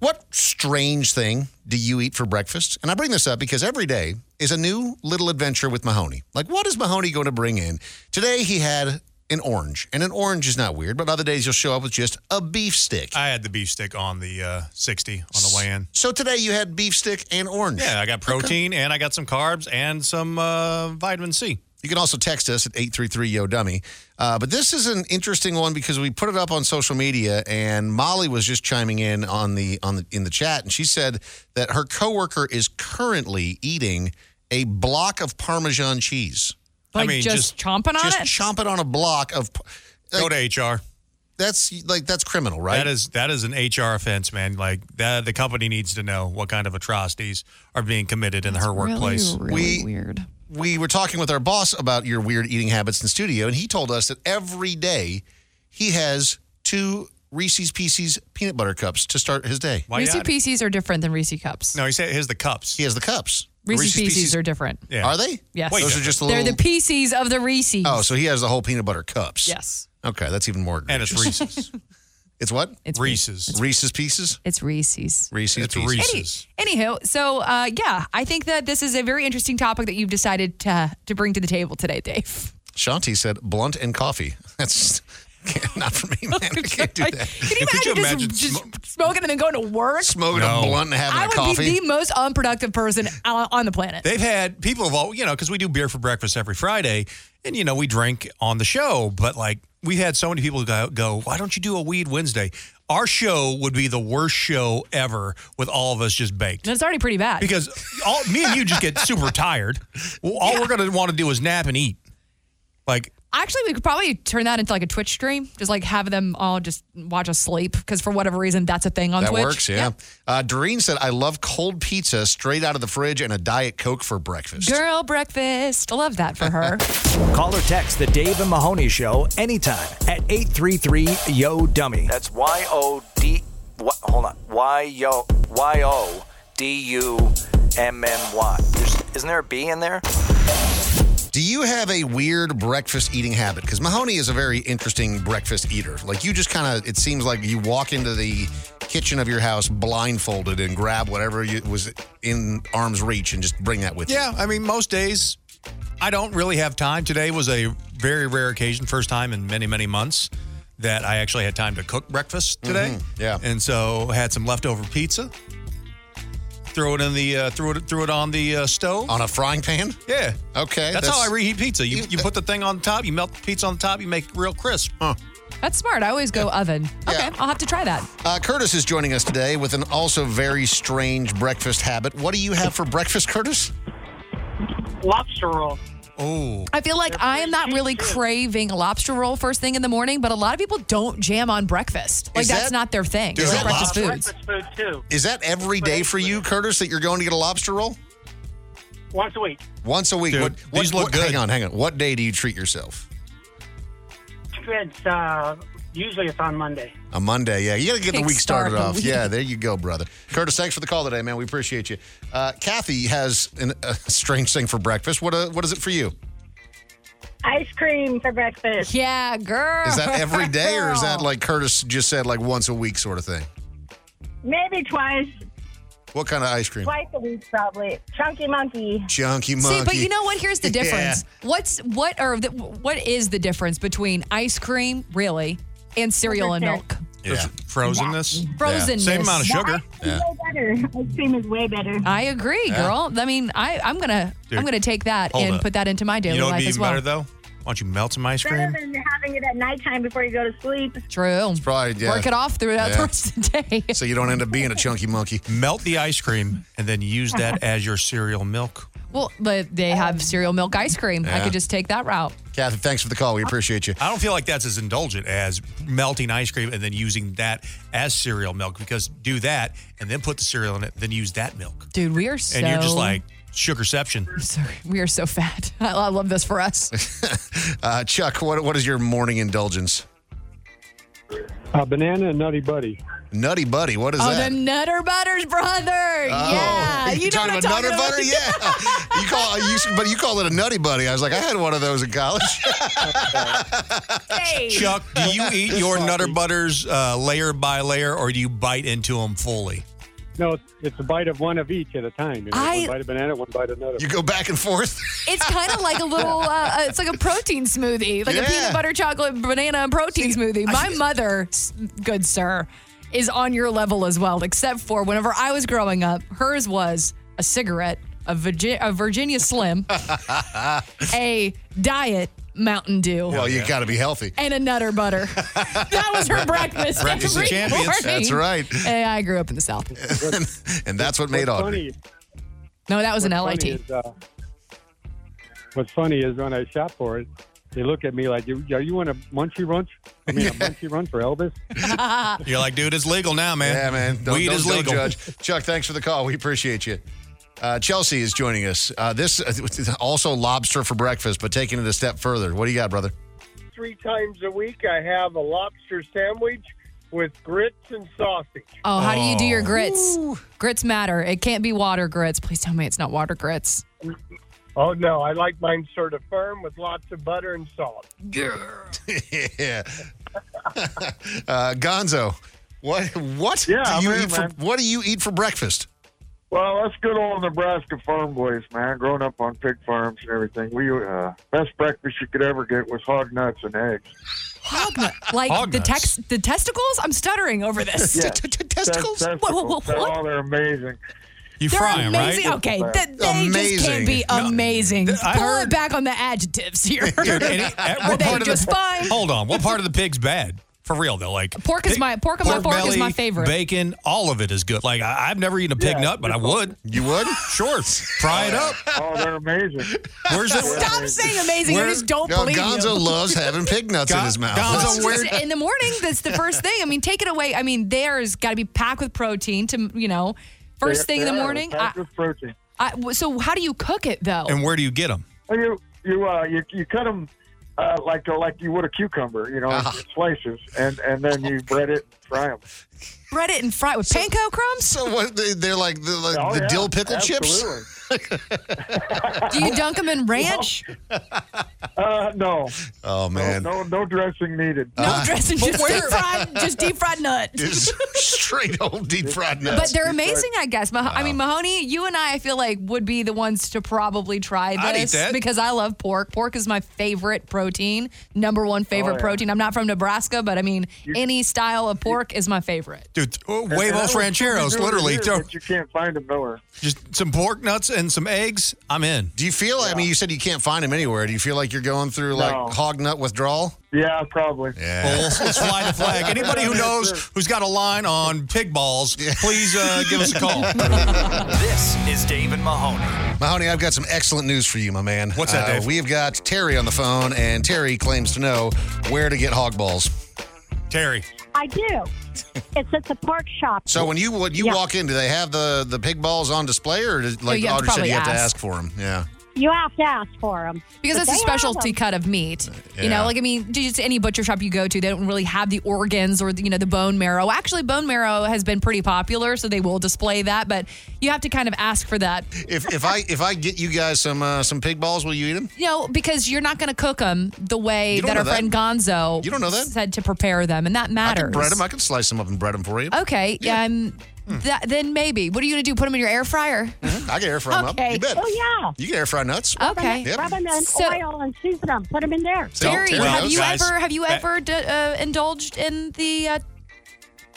Speaker 1: What strange thing do you eat for breakfast? And I bring this up because every day is a new little adventure with Mahoney. Like, what is Mahoney going to bring in? Today he had an orange, and an orange is not weird, but other days you'll show up with just a beef stick.
Speaker 4: I had the beef stick on the uh, 60 on the way in.
Speaker 1: So today you had beef stick and orange.
Speaker 4: Yeah, I got protein and I got some carbs and some uh, vitamin C.
Speaker 1: You can also text us at 833 Yo Dummy. Uh, but this is an interesting one because we put it up on social media, and Molly was just chiming in on the on the in the chat, and she said that her coworker is currently eating a block of Parmesan cheese,
Speaker 3: Like
Speaker 4: I mean,
Speaker 3: just,
Speaker 4: just-
Speaker 3: chomping on
Speaker 1: just
Speaker 3: it?
Speaker 1: chomping on a block of.
Speaker 4: Go
Speaker 1: Like,
Speaker 4: to HR.
Speaker 1: that's like that's criminal, right?
Speaker 4: That is that is an HR offense, man. Like that, the company needs to know what kind of atrocities are being committed in her workplace.
Speaker 3: Really, really
Speaker 1: We-
Speaker 3: weird.
Speaker 1: we were talking with our boss about your weird eating habits in studio, and he told us that every day he has two Reese's Pieces peanut butter cups to start his day.
Speaker 4: Why
Speaker 3: Reese's
Speaker 4: not?
Speaker 3: Pieces are different than Reese cups.
Speaker 4: No, he said here's the cups.
Speaker 1: He has the cups.
Speaker 3: Reese's,
Speaker 4: Reese's
Speaker 3: Pieces,
Speaker 4: Pieces-
Speaker 3: are different.
Speaker 4: Yeah.
Speaker 1: Are they?
Speaker 3: Yes.
Speaker 4: Wait,
Speaker 1: Those are just the
Speaker 3: They're
Speaker 1: little.
Speaker 3: the pieces of the Reese's.
Speaker 1: oh, so he has the whole peanut butter cups.
Speaker 3: Yes.
Speaker 1: Okay, that's even more.
Speaker 4: And it's
Speaker 1: egregious.
Speaker 4: Reese's.
Speaker 1: It's what?
Speaker 3: It's
Speaker 4: Reese's.
Speaker 1: Reese's Pieces.
Speaker 3: It's Reese's.
Speaker 1: Reese's
Speaker 4: It's
Speaker 1: Pieces.
Speaker 4: Reese's.
Speaker 3: Anywho, so uh, yeah, I think that this is a very interesting topic that you've decided to to bring to the table today, Dave.
Speaker 1: Shanti said blunt and coffee. That's not for me, man. I can't do
Speaker 3: Like,
Speaker 1: that.
Speaker 3: Can you
Speaker 4: And could you
Speaker 3: imagine, just,
Speaker 4: imagine
Speaker 3: just
Speaker 4: sm-
Speaker 3: smoking and then going to work?
Speaker 1: Smoking
Speaker 4: No.
Speaker 1: a blunt and having
Speaker 3: I
Speaker 1: a
Speaker 3: would
Speaker 1: coffee.
Speaker 3: be the most unproductive person on on the planet.
Speaker 4: They've had people of all, you know, because we do beer for breakfast every Friday, and you know we drink on the show. But like we had so many people go, go, why don't you do a weed Wednesday? Our show would be the worst show ever with all of us just baked.
Speaker 3: And it's already pretty bad.
Speaker 4: because all me and you just get super tired. Well, all we're gonna want to do is nap and eat. Like
Speaker 3: Actually, we could probably turn that into like a Twitch stream. Just like have them all just watch us sleep because for whatever reason that's a thing on
Speaker 1: That
Speaker 3: Twitch.
Speaker 1: works, yeah. Uh, Doreen said, I love cold pizza straight out of the fridge and a Diet Coke for breakfast.
Speaker 3: Girl breakfast. I love that for her.
Speaker 7: Call or text the Dave and Mahoney Show anytime at 833 Yo Dummy. That's Y O D. What? Hold on. Y Yo Y O D U M M Y. There's- Isn't there a B in there?
Speaker 1: Do you have a weird breakfast eating habit? Because Mahoney is a very interesting breakfast eater. Like you just kind of, it seems like you walk into the kitchen of your house blindfolded and grab whatever you, was in arm's reach and just bring that with
Speaker 4: Yeah, I mean, most days I don't really have time. Today was a very rare occasion, first time in many, many months that I actually had time to cook breakfast today.
Speaker 1: Mm-hmm, Yeah.
Speaker 4: And so had some leftover pizza. Throw it in the uh, threw it threw it on the uh, stove
Speaker 1: you on a frying pan.
Speaker 4: Yeah.
Speaker 1: Okay,
Speaker 4: That's,
Speaker 1: that's-
Speaker 4: how I reheat pizza. You, you put the thing on top, you melt the pizza on top, you make it real crisp. Huh.
Speaker 3: That's smart. I always go oven. Okay, I'll have to try that.
Speaker 1: Uh, Curtis is joining us today with an also very strange breakfast habit. What do you have for breakfast, Curtis?
Speaker 26: Lobster roll.
Speaker 4: Oh.
Speaker 3: I feel like I am not really craving a lobster roll first thing in the morning, but a lot of people don't jam on breakfast. Like
Speaker 1: Is
Speaker 3: that's
Speaker 1: that-
Speaker 3: not their thing.
Speaker 1: Dude,
Speaker 3: They
Speaker 1: is
Speaker 3: like
Speaker 1: that
Speaker 3: breakfast
Speaker 1: lobster-
Speaker 3: foods.
Speaker 26: Uh, Food too.
Speaker 1: Is that every day for you, Curtis, that you're going to get a lobster roll?
Speaker 26: Once a week.
Speaker 1: Once a week.
Speaker 4: Dude,
Speaker 1: what, what-
Speaker 4: these look
Speaker 1: what-
Speaker 4: good.
Speaker 1: Hang on, hang on. What day do you treat yourself?
Speaker 26: It's uh, usually it's on Monday.
Speaker 1: A Monday, yeah. You got to get the week
Speaker 26: Kickstart
Speaker 1: started
Speaker 26: the
Speaker 1: off.
Speaker 26: week.
Speaker 1: Yeah, there you go, brother. Curtis, thanks for the call today, man. We appreciate you. Uh, Kathy has an, a strange thing for breakfast. What uh what is it for you?
Speaker 9: Ice cream for breakfast.
Speaker 3: Yeah, girl.
Speaker 1: Is that every day, or is that like Curtis just said, like once a week sort of thing?
Speaker 9: Maybe twice,
Speaker 1: What kind of ice cream?
Speaker 9: twice a week probably. Chunky monkey.
Speaker 1: Chunky monkey.
Speaker 3: See, but you know what? Here's the
Speaker 1: Yeah.
Speaker 3: difference. What's what are the, what is the difference between ice cream, really, and cereal and milk?
Speaker 4: Yeah. Frozenness.
Speaker 3: Frozenness.
Speaker 4: Same amount of sugar.
Speaker 3: Way better. Ice cream is way better. I agree,
Speaker 4: Yeah.
Speaker 3: girl. I mean, I I'm gonna
Speaker 4: Dude,
Speaker 3: I'm gonna take that
Speaker 4: hold
Speaker 3: and
Speaker 4: up.
Speaker 3: put that into my daily
Speaker 4: you know what'd
Speaker 3: life
Speaker 4: be
Speaker 3: as
Speaker 4: even
Speaker 3: well.
Speaker 4: better though? Why don't you melt some ice
Speaker 9: Better
Speaker 4: cream?
Speaker 9: than having it at nighttime before you go to sleep.
Speaker 3: True. It's
Speaker 1: probably yeah.
Speaker 3: Work it off throughout
Speaker 1: Yeah.
Speaker 3: the rest of the day.
Speaker 1: So you don't end up being a chunky monkey.
Speaker 4: Melt the ice cream and then use that as your cereal milk.
Speaker 3: Well, but they have cereal milk ice cream. I
Speaker 4: Yeah.
Speaker 3: could just take that route.
Speaker 1: Kathy, thanks for the call. We appreciate you.
Speaker 4: I don't feel like that's as indulgent as melting ice cream and then using that as cereal milk because do that and then put the cereal in it, then use that milk.
Speaker 3: Dude, we are so
Speaker 4: And you're just like sugarception.
Speaker 3: Sorry, we are so fat. I, I love this for us.
Speaker 1: Uh, Chuck, what what is your morning indulgence?
Speaker 27: Uh, banana and nutty buddy.
Speaker 1: Nutty buddy, what is
Speaker 3: oh,
Speaker 1: that? Oh.
Speaker 3: the Nutter Butters brother. yeah.
Speaker 1: you
Speaker 3: know
Speaker 1: talking
Speaker 3: what
Speaker 1: about
Speaker 3: I'm
Speaker 1: nutter
Speaker 3: talking
Speaker 1: butter? Yeah, you call you, but you call it a nutty buddy. I was like, I had one of those in college.
Speaker 4: Chuck, do you eat your Nutter Butters uh, layer by layer or do you bite into them fully?
Speaker 27: No, it's a bite of one of each at a time. You know?
Speaker 3: I-
Speaker 27: one bite of banana, one bite of another.
Speaker 1: You go back and forth.
Speaker 3: It's kind of like a little, uh, uh, it's like a protein smoothie, like a
Speaker 27: Yeah.
Speaker 3: peanut butter, chocolate, banana protein smoothie. My mother, s- good sir, is on your level as well, except for whenever I was growing up, hers was a cigarette, a, Virgi- a Virginia Slim, a diet Mountain Dew.
Speaker 1: well, you got to be healthy.
Speaker 3: and a nutter butter. that was her breakfast.
Speaker 1: Breakfast of
Speaker 3: every
Speaker 1: champions.
Speaker 3: morning.
Speaker 1: That's right.
Speaker 3: Hey, I grew up in the South.
Speaker 1: and that's what made Audrey.
Speaker 3: No, that was an
Speaker 27: What's funny
Speaker 3: LIT.
Speaker 27: is, uh, what's funny is when I shop for it, they look at me like, "You- "Are you on a munchy runch? I mean, a munchy run for Elvis?"
Speaker 4: You're like, dude, it's legal now, man.
Speaker 1: Yeah, man. Don't,
Speaker 4: Weed
Speaker 1: don't-
Speaker 4: is
Speaker 1: don't
Speaker 4: legal.
Speaker 1: judge. Chuck, thanks for the call. We appreciate you. Uh, Chelsea is joining us. Uh, this uh, also lobster for breakfast, but taking it a step further. What do you got, brother?
Speaker 28: Three times a week, I have a lobster sandwich with grits and sausage.
Speaker 3: Oh, how do you do your grits? Grits matter. It can't be water grits. Please tell me it's not water grits.
Speaker 28: Oh no, I like mine sort of firm with lots of butter and salt.
Speaker 1: yeah. uh, Gonzo, what what
Speaker 29: Yeah,
Speaker 1: do
Speaker 29: I'm
Speaker 1: you
Speaker 29: here,
Speaker 1: eat for
Speaker 29: man.
Speaker 1: what do you eat for breakfast?
Speaker 29: Well, that's good old Nebraska farm boys, man. Growing up on pig farms and everything, we uh, best breakfast you could ever get was hog nuts and eggs.
Speaker 3: Hog nut. Like
Speaker 29: Hog
Speaker 3: the
Speaker 29: nuts.
Speaker 3: tex- the testicles? I'm stuttering over this.
Speaker 29: Yeah.
Speaker 3: Testicles?
Speaker 29: Test-
Speaker 3: Whoa, whoa, whoa,
Speaker 29: testicles. They're-
Speaker 3: what?
Speaker 29: Oh, they're amazing.
Speaker 4: You
Speaker 3: They're amazing. Okay, th- they just can't be amazing.
Speaker 4: I
Speaker 3: Pull
Speaker 4: heard-
Speaker 3: it back on the adjectives here.
Speaker 4: Dude, and it- at
Speaker 3: Are
Speaker 4: what
Speaker 3: they
Speaker 4: part of the-
Speaker 3: just fine?
Speaker 4: Hold on. What part of the pig's bad? For real though, like
Speaker 3: Pork is my pork on my fork is my
Speaker 4: belly,
Speaker 3: favorite.
Speaker 4: Bacon, all of it is good. Like I, I've never eaten a pig
Speaker 29: Yeah,
Speaker 4: nut, but I
Speaker 29: it's
Speaker 4: would.
Speaker 1: You would?
Speaker 4: Sure. Fry it up.
Speaker 29: Oh, they're amazing.
Speaker 4: Where's it?
Speaker 3: Stop saying amazing. I
Speaker 4: Where-
Speaker 3: just don't
Speaker 1: No,
Speaker 3: believe
Speaker 1: Gonzo
Speaker 3: you.
Speaker 1: loves having pig nuts in his mouth.
Speaker 3: Well, it's just in the morning, that's the first thing. I mean, take it away. I mean, there's got to be packed with protein to, you know, first
Speaker 29: They-
Speaker 3: thing in the
Speaker 29: they are
Speaker 3: morning. I,
Speaker 29: packed with protein.
Speaker 3: I, so how do you cook it though?
Speaker 4: And where do you get them?
Speaker 29: Well, you you uh, you, you cut uh, them uh, like like you would a cucumber, you know, in slices, and and then you bread it, fry them.
Speaker 3: Bread it and fry it with panko crumbs.
Speaker 1: So what? They, they're like the, like
Speaker 29: Oh,
Speaker 1: the
Speaker 29: yeah,
Speaker 1: dill pickle
Speaker 29: absolutely.
Speaker 1: chips.
Speaker 3: Do you dunk them in ranch?
Speaker 29: Uh, no.
Speaker 1: Oh man.
Speaker 29: No, no, no dressing needed.
Speaker 3: No dressing,
Speaker 12: but
Speaker 3: just
Speaker 12: where-
Speaker 3: deep fried, just deep fried nut.
Speaker 1: Just straight old deep fried nuts.
Speaker 3: But they're amazing, I guess. Mah- I mean, Mahoney, you and I, I feel like would be the ones to probably try this
Speaker 1: I'd eat that.
Speaker 3: because I love pork. Pork is my favorite protein, number one favorite
Speaker 4: yeah.
Speaker 3: protein. I'm not from Nebraska, but I mean, any style of pork is my favorite.
Speaker 4: Dude, oh,
Speaker 29: And- and I
Speaker 4: huevos
Speaker 29: was
Speaker 4: rancheros,
Speaker 29: doing it
Speaker 4: literally.
Speaker 29: here,
Speaker 4: Throw
Speaker 29: but you can't find them nowhere.
Speaker 4: just some pork nuts and some eggs. I'm in.
Speaker 1: Do you feel? I mean, you said you can't find them anywhere. Do you feel like you're going through like
Speaker 29: No.
Speaker 1: hog nut withdrawal?
Speaker 29: Yeah, probably.
Speaker 4: Well,
Speaker 1: Yeah.
Speaker 4: let's, let's fly the flag. Anybody who knows who's got a line on pig balls, please uh, give us a call.
Speaker 15: This is Dave and Mahoney.
Speaker 1: Mahoney, I've got some excellent news for you, my man. Uh,
Speaker 4: What's that, Dave?
Speaker 1: We've got Terry on the phone, and Terry claims to know where to get hog balls.
Speaker 4: Terry.
Speaker 13: I do. It's at the pork shop.
Speaker 1: So when you when you walk in, do they have the the pig balls on display, or is- like
Speaker 13: you have to
Speaker 1: Audrey said,
Speaker 13: probably
Speaker 1: you have to
Speaker 13: ask.
Speaker 1: ask for them? Yeah.
Speaker 13: you have to ask for them
Speaker 3: Because it's a specialty cut of meat. You
Speaker 1: yeah.
Speaker 3: know, like, I mean, just any butcher shop you go to, they don't really have the organs or, the, you know, the bone marrow. Actually, bone marrow has been pretty popular, so they will display that, but you have to kind of ask for that.
Speaker 1: If if I if I get you guys some uh, some pig balls, will you eat them?
Speaker 3: You know, because you're not going to cook them the way
Speaker 1: You don't
Speaker 3: that our
Speaker 1: know that.
Speaker 3: friend Gonzo
Speaker 1: You don't know that.
Speaker 3: said to prepare them, and that
Speaker 1: I
Speaker 3: matters.
Speaker 1: can bread them. I Hmm. can slice them up and bread them for you.
Speaker 3: Okay, yeah. Um, that, then maybe. What are you going to do? Put them in your air fryer?
Speaker 1: I can air fry them up.
Speaker 3: Okay.
Speaker 1: You bet.
Speaker 13: Oh, yeah.
Speaker 1: You can air fry nuts.
Speaker 3: Okay.
Speaker 1: Yep.
Speaker 13: Rub them in
Speaker 3: So-
Speaker 13: oil and season them. Put them in there.
Speaker 1: So-
Speaker 3: Terry,
Speaker 1: Terry,
Speaker 3: have you
Speaker 1: guys,
Speaker 3: ever have you
Speaker 1: that-
Speaker 3: ever d- uh, indulged in the uh,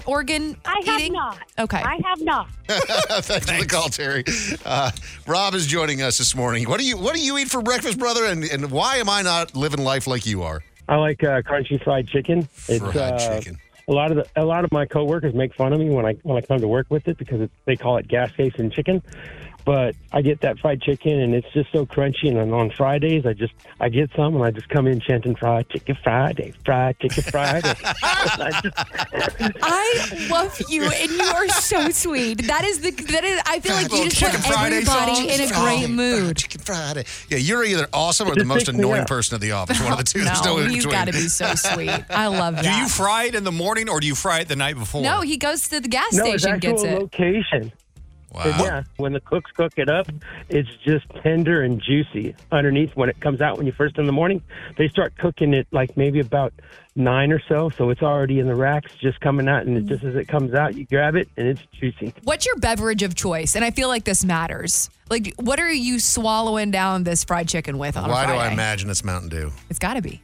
Speaker 3: organ
Speaker 13: I have
Speaker 3: eating?
Speaker 13: not.
Speaker 3: Okay.
Speaker 13: I have not.
Speaker 1: Thanks for the call, Terry. Uh, Rob is joining us this morning. What do you What do you eat for breakfast, brother? And and why am I not living life like you are?
Speaker 14: I like uh, crunchy fried chicken. It's,
Speaker 1: Fried
Speaker 14: uh,
Speaker 1: chicken.
Speaker 14: A lot of the, a lot of my coworkers make fun of me when I when I come to work with it because it, they call it gas station chicken. But I get that fried chicken and it's just so crunchy. And on Fridays, I just I get some and I just come in chanting fried chicken Friday, fried chicken Friday.
Speaker 3: I love you, and you are so sweet. That is the that is. I feel like you just put everybody in a
Speaker 1: Oh,
Speaker 3: great mood.
Speaker 1: Chicken Friday. Yeah, you're either awesome or
Speaker 14: It
Speaker 1: the
Speaker 14: just
Speaker 1: most
Speaker 14: picks me
Speaker 1: annoying
Speaker 14: up.
Speaker 1: person at the office. One of the two. There's no
Speaker 3: No,
Speaker 1: in
Speaker 3: he's
Speaker 1: between.
Speaker 3: gotta be so sweet. I love
Speaker 4: Do
Speaker 3: that.
Speaker 4: you fry it in the morning or do you fry it the night before?
Speaker 3: No, he goes to the gas
Speaker 14: no, it's
Speaker 3: station,
Speaker 14: actual
Speaker 3: gets it.
Speaker 14: location.
Speaker 1: Wow.
Speaker 14: yeah, when the cooks cook it up, it's just tender and juicy underneath. When it comes out when you first in the morning, they start cooking it like maybe about nine or so, so it's already in the racks, just coming out. And it, just as it comes out, you grab it and it's juicy.
Speaker 3: What's your beverage of choice? And I feel like this matters. Like, what are you swallowing down this fried chicken with on
Speaker 1: Why
Speaker 3: a
Speaker 1: do I
Speaker 3: Friday?
Speaker 1: imagine it's Mountain Dew?
Speaker 3: it's got to be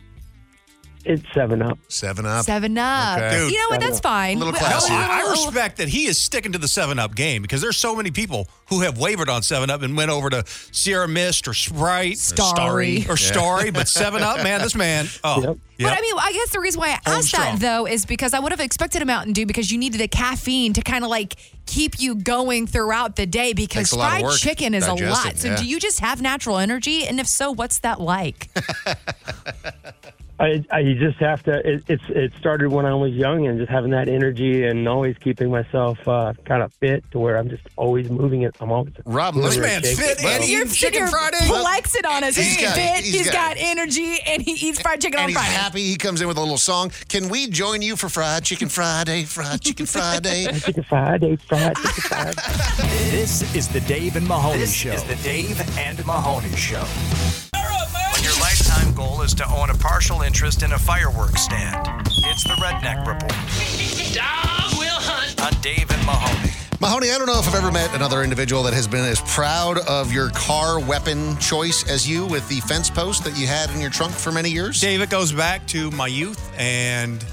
Speaker 14: It's Seven Up.
Speaker 1: Seven Up.
Speaker 3: Seven Up.
Speaker 1: Okay.
Speaker 3: you know what? That's fine.
Speaker 1: Little
Speaker 3: We-
Speaker 4: No,
Speaker 1: classy.
Speaker 4: I, I respect that he is sticking to the Seven Up game because there's so many people who have wavered on Seven Up and went over to Sierra Mist or Sprite,
Speaker 3: Starry.
Speaker 4: or
Speaker 3: Yeah.
Speaker 4: Starry, but Seven Up, man, this man, oh, yep.
Speaker 3: But I mean, I guess the reason why I
Speaker 4: Home
Speaker 3: asked
Speaker 4: strong.
Speaker 3: that though is because I would have expected a Mountain Dew because you needed the caffeine to kind of like keep you going throughout the day because
Speaker 1: Takes a lot of
Speaker 3: fried
Speaker 1: work
Speaker 3: chicken is a lot.
Speaker 1: digesting,
Speaker 3: So
Speaker 1: yeah.
Speaker 3: do you just have natural energy? And if so, what's that like?
Speaker 14: I, I you just have to. It, it's it started when I was young and just having that energy and always keeping myself uh, kind of fit to where I'm just always moving it. I'm always
Speaker 1: Rob,
Speaker 14: moving
Speaker 1: this
Speaker 14: it,
Speaker 1: man's
Speaker 14: shaking
Speaker 1: fit
Speaker 14: it.
Speaker 1: and
Speaker 3: You're sitting here flexing on us. He's,
Speaker 1: He's got-
Speaker 3: fit.
Speaker 1: he's
Speaker 3: he's
Speaker 1: got-
Speaker 3: got, energy, and he eats fried chicken
Speaker 1: and
Speaker 3: on
Speaker 1: he's
Speaker 3: Friday.
Speaker 1: happy. He comes in with a little song. Can we join you for Fried Chicken Friday? Fried Chicken Friday.
Speaker 14: Chicken Friday, fried chicken Friday.
Speaker 15: This is the Dave and Mahoney
Speaker 7: This
Speaker 15: Show.
Speaker 7: is
Speaker 15: the Dave and Mahoney Show. When your lifetime goal is to own a partial interest in a fireworks stand, it's the Redneck Report
Speaker 16: Dog will hunt.
Speaker 7: uh,
Speaker 15: on Dave and Mahoney.
Speaker 1: Mahoney, I don't know if I've ever met another individual that has been as proud of your car weapon choice as you with the fence post that you had in your trunk for many years.
Speaker 4: Dave, it goes back to my youth, and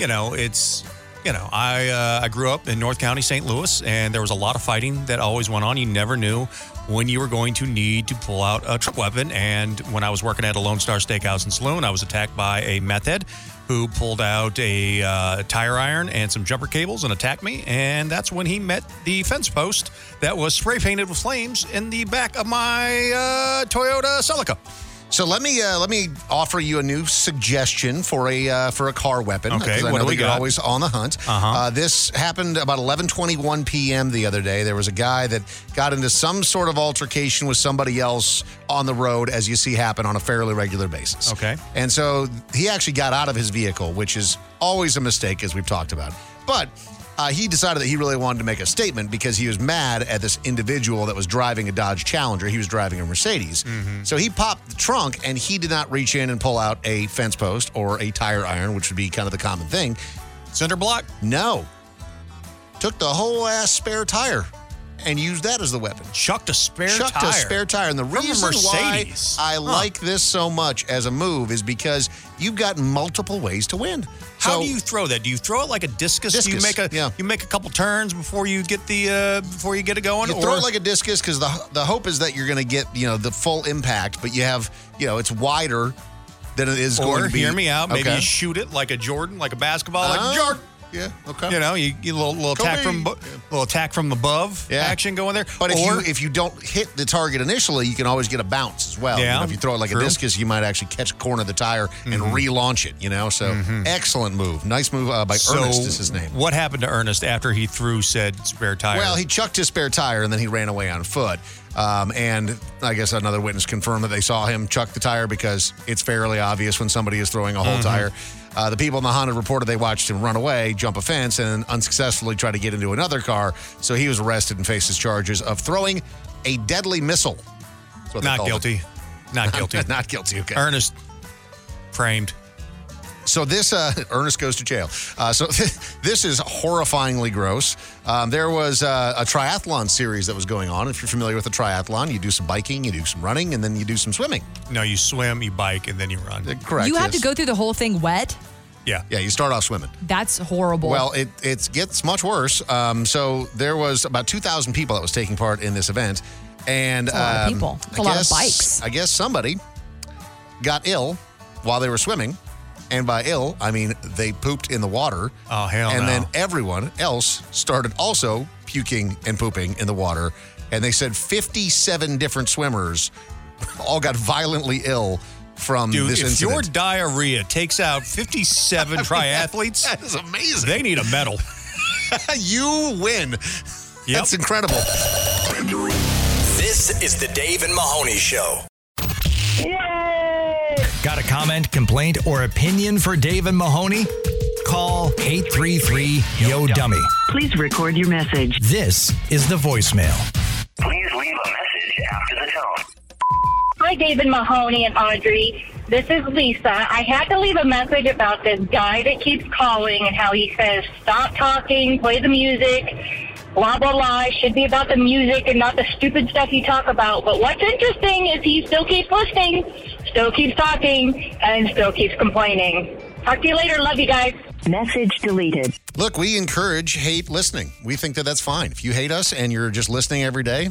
Speaker 4: you know, it's you know, I uh, I grew up in North County, St. Louis, and there was a lot of fighting that always went on. You never knew when you were going to need to pull out a truck weapon. And when I was working at a Lone Star Steakhouse and Saloon, I was attacked by a meth head who pulled out a uh, tire iron and some jumper cables and attacked me. And that's when he met the fence post that was spray painted with flames in the back of my uh, Toyota Celica.
Speaker 1: So let me uh, let me offer you a new suggestion for a uh, for a car weapon.
Speaker 4: Okay,
Speaker 1: 'cause I
Speaker 4: what
Speaker 1: know
Speaker 4: do we
Speaker 1: that you're
Speaker 4: got?
Speaker 1: always on the hunt.
Speaker 4: Uh-huh.
Speaker 1: Uh, this happened about 11:21 p.m. the other day. There was a guy that got into some sort of altercation with somebody else on the road, as you see happen on a fairly regular basis.
Speaker 4: Okay.
Speaker 1: And so he actually got out of his vehicle, which is always a mistake, as we've talked about. But uh, he decided that he really wanted to make a statement because he was mad at this individual that was driving a Dodge Challenger. He was driving a Mercedes. So he popped the trunk and he did not reach in and pull out a fence post or a tire iron, which would be kind of the common thing.
Speaker 4: Cinder block?
Speaker 1: No. Took the whole ass spare tire and used that as the weapon.
Speaker 4: Chucked a spare
Speaker 1: Chucked
Speaker 4: tire.
Speaker 1: a spare tire. And the
Speaker 4: From a
Speaker 1: reason why
Speaker 4: Mercedes.
Speaker 1: I
Speaker 4: Huh.
Speaker 1: like this so much as a move is because you've got multiple ways to win.
Speaker 4: How
Speaker 1: So-
Speaker 4: do you throw that? Do you throw it like a discus? Do you
Speaker 1: Discus,
Speaker 4: make a you make a couple turns before you get the uh, before you get it going?
Speaker 1: You throw it like a discus because the the hope is that you're going to get you know the full impact, but you have you know it's wider than it is
Speaker 4: or
Speaker 1: going to be.
Speaker 4: hear me out. Maybe
Speaker 1: Okay.
Speaker 4: you shoot it like a Jordan, like a basketball, like
Speaker 1: Ah,
Speaker 4: Jordan.
Speaker 1: Yeah. Okay.
Speaker 4: You know, you get a little, little
Speaker 1: Kobe.
Speaker 4: attack from abo- little attack from above action going there.
Speaker 1: But if
Speaker 4: or
Speaker 1: you if you don't hit the target initially, you can always get a bounce as well. You
Speaker 4: Yeah,
Speaker 1: know, if you throw it like
Speaker 4: true.
Speaker 1: a discus, you might actually catch a corner of the tire and
Speaker 4: Mhm.
Speaker 1: relaunch it. You know, so excellent move, nice move uh, by
Speaker 4: Mm-hmm. so
Speaker 1: Ernest is his name.
Speaker 4: What happened to Ernest after he threw said spare tire?
Speaker 1: Well, he chucked his spare tire and then he ran away on foot. Um, and I guess another witness confirmed that they saw him chuck the tire because it's fairly obvious when somebody is throwing a whole
Speaker 4: Mhm.
Speaker 1: tire. Uh, the people in the Honda reported they watched him run away, jump a fence, and unsuccessfully try to get into another car. So he was arrested and faces charges of throwing a deadly missile. That's what they
Speaker 4: not
Speaker 1: called it.
Speaker 4: guilty. Not guilty.
Speaker 1: Not guilty. Okay.
Speaker 4: Ernest framed.
Speaker 1: So this uh, Ernest goes to jail. Uh, so this is horrifyingly gross. Um, there was uh, a triathlon series that was going on. If you're familiar with the triathlon, you do some biking, you do some running, and then you do some swimming.
Speaker 4: No, you swim, you bike, and then you run.
Speaker 1: Correct.
Speaker 3: you have
Speaker 1: yes.
Speaker 3: to go through the whole thing wet.
Speaker 4: Yeah.
Speaker 1: Yeah. You start off swimming.
Speaker 3: That's horrible.
Speaker 1: Well, it it gets much worse. Um, so there was about two thousand people that was taking part in this event, and
Speaker 3: That's a lot of
Speaker 1: um,
Speaker 3: people. That's
Speaker 1: I
Speaker 3: a lot of
Speaker 1: guess-
Speaker 3: bikes.
Speaker 1: I guess somebody got ill while they were swimming, and by ill I mean they pooped in the water.
Speaker 4: Oh hell
Speaker 1: and
Speaker 4: no.
Speaker 1: then everyone else started also puking and pooping in the water. And they said 57 different swimmers all got violently ill from
Speaker 4: Dude,
Speaker 1: Mm, this
Speaker 4: if your
Speaker 1: incident.
Speaker 4: diarrhea takes out 57 triathletes,
Speaker 1: that is amazing.
Speaker 4: They need a medal.
Speaker 1: you win. That's incredible.
Speaker 7: This is the Dave and Mahoney Show.
Speaker 2: Got a comment, complaint, or opinion for Dave and Mahoney? Call 833 Yo Dummy. Please record your message. This is the voicemail.
Speaker 11: Hi, David Mahoney and Audrey. This is Lisa. I had to leave a message about this guy that keeps calling and how he says, stop talking, play the music, blah, blah, blah. It should be about the music and not the stupid stuff you talk about. But what's interesting is he still keeps listening, still keeps talking, and still keeps complaining. Talk to you later. Love you guys.
Speaker 1: Message deleted. Look, we encourage hate listening. We think that that's fine. If you hate us and you're just listening every day,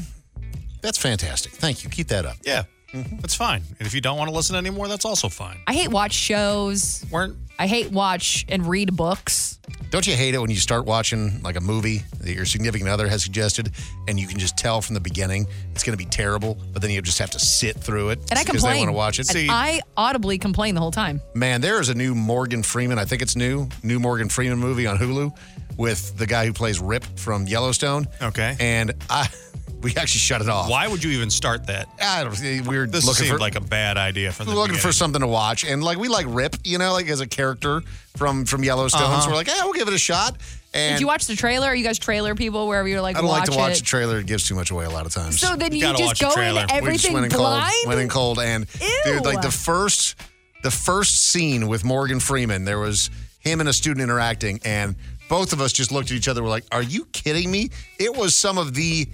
Speaker 1: that's fantastic. Thank you. Keep that up.
Speaker 4: Yeah,
Speaker 1: Mm-hmm.
Speaker 4: that's fine. And if you don't want to listen anymore, that's also fine.
Speaker 3: I hate watch shows.
Speaker 4: Weren't
Speaker 3: I hate watch and read books.
Speaker 1: Don't you hate it when you start watching like a movie that your significant other has suggested and you can just tell from the beginning it's going to be terrible, but then you just have to sit through it
Speaker 3: And I
Speaker 1: because
Speaker 3: complain.
Speaker 1: they want to watch it.
Speaker 3: And I audibly complain the whole time.
Speaker 1: man, there is a new Morgan Freeman, I think it's new, new Morgan Freeman movie on Hulu with the guy who plays Rip from Yellowstone.
Speaker 4: Okay.
Speaker 1: And I we actually shut it off.
Speaker 4: Why would you even start that?
Speaker 1: I don't we We're
Speaker 4: This
Speaker 1: looking
Speaker 4: seemed
Speaker 1: for-
Speaker 4: like a bad idea from the
Speaker 1: looking for
Speaker 4: beginning.
Speaker 1: something to watch, and like we like Rip, you know, like as a character from from Yellowstone.
Speaker 4: Uh-huh.
Speaker 1: So we're like, yeah, we'll give it a shot. And
Speaker 3: Did you watch the trailer? Are you guys trailer people wherever you're like,
Speaker 1: I don't like
Speaker 3: watch
Speaker 1: to watch
Speaker 3: it?
Speaker 1: the trailer. It gives too much away a lot of times.
Speaker 3: So then You you gotta just watch the go in
Speaker 1: We
Speaker 3: trailer.
Speaker 1: just
Speaker 3: everything
Speaker 1: went in
Speaker 3: blind?
Speaker 1: Cold, went in cold, and dude, like
Speaker 3: Ew.
Speaker 1: the first, the first scene with Morgan Freeman, there was him and a student interacting, and both of us just looked at each other. We're like, "Are you kidding me?" It was some of the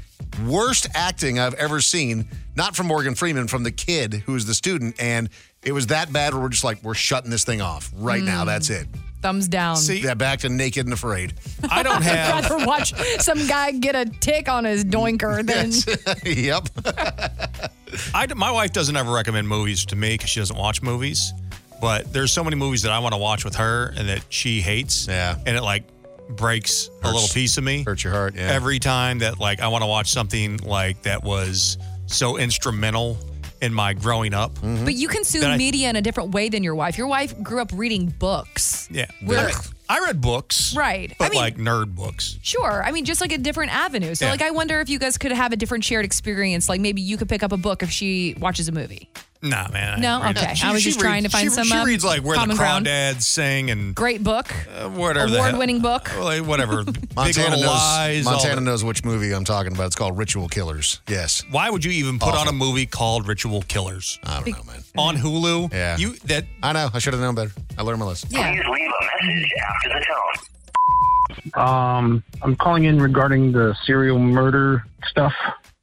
Speaker 1: worst acting I've ever seen. Not from Morgan Freeman, from the kid who was the student, and it was that bad. Where we're just like, "We're shutting this thing off right now.
Speaker 3: Mm.
Speaker 1: That's it."
Speaker 3: Thumbs down.
Speaker 1: yeah, back to naked and afraid.
Speaker 4: I don't
Speaker 3: I'd rather watch some guy get a tick on his doinker than
Speaker 1: yep.
Speaker 4: I d my wife doesn't ever recommend movies to me because she doesn't watch movies. But there's so many movies that I want to watch with her and that she hates. Yeah. And it like breaks a little piece of me.
Speaker 1: Hurts your heart. Yeah.
Speaker 4: Every time that like I want to watch something like that was so instrumental in my growing up.
Speaker 1: Mm-hmm.
Speaker 3: But you consume
Speaker 4: That I-
Speaker 3: media in a different way than your wife. Your wife grew up reading books.
Speaker 4: Yeah.
Speaker 3: We're-
Speaker 4: I read- I read books.
Speaker 3: Right.
Speaker 4: But
Speaker 3: I mean-
Speaker 4: like nerd books.
Speaker 3: Sure. I mean, just like a different avenue. So,
Speaker 4: Yeah.
Speaker 3: like, I wonder if you guys could have a different shared experience. Like, maybe you could pick up a book if she watches a movie.
Speaker 4: Nah, man.
Speaker 12: No?
Speaker 4: ain't reading
Speaker 12: Okay.
Speaker 4: it.
Speaker 12: I was just trying to find
Speaker 4: she,
Speaker 12: some,
Speaker 4: She
Speaker 12: uh,
Speaker 4: reads like where
Speaker 12: common
Speaker 4: the
Speaker 12: ground.
Speaker 4: crawdads sing and
Speaker 12: Great book.
Speaker 4: uh, whatever. the hell-
Speaker 12: Award-winning book.
Speaker 4: Well, like, whatever. Big
Speaker 1: Montana
Speaker 4: Little
Speaker 1: knows.
Speaker 4: Lies. all
Speaker 1: Montana
Speaker 4: that.
Speaker 1: knows which movie I'm talking about. It's called Ritual Killers. Yes.
Speaker 4: Why would you even put on
Speaker 1: Awful.
Speaker 4: a movie called Ritual Killers? Uh,
Speaker 1: I don't know, man.
Speaker 4: On Hulu?
Speaker 1: Yeah.
Speaker 4: You that
Speaker 1: I know. I should have known better. I learned my lesson.
Speaker 16: Please leave a message after the tone.
Speaker 10: Um, I'm calling in regarding the serial murder stuff.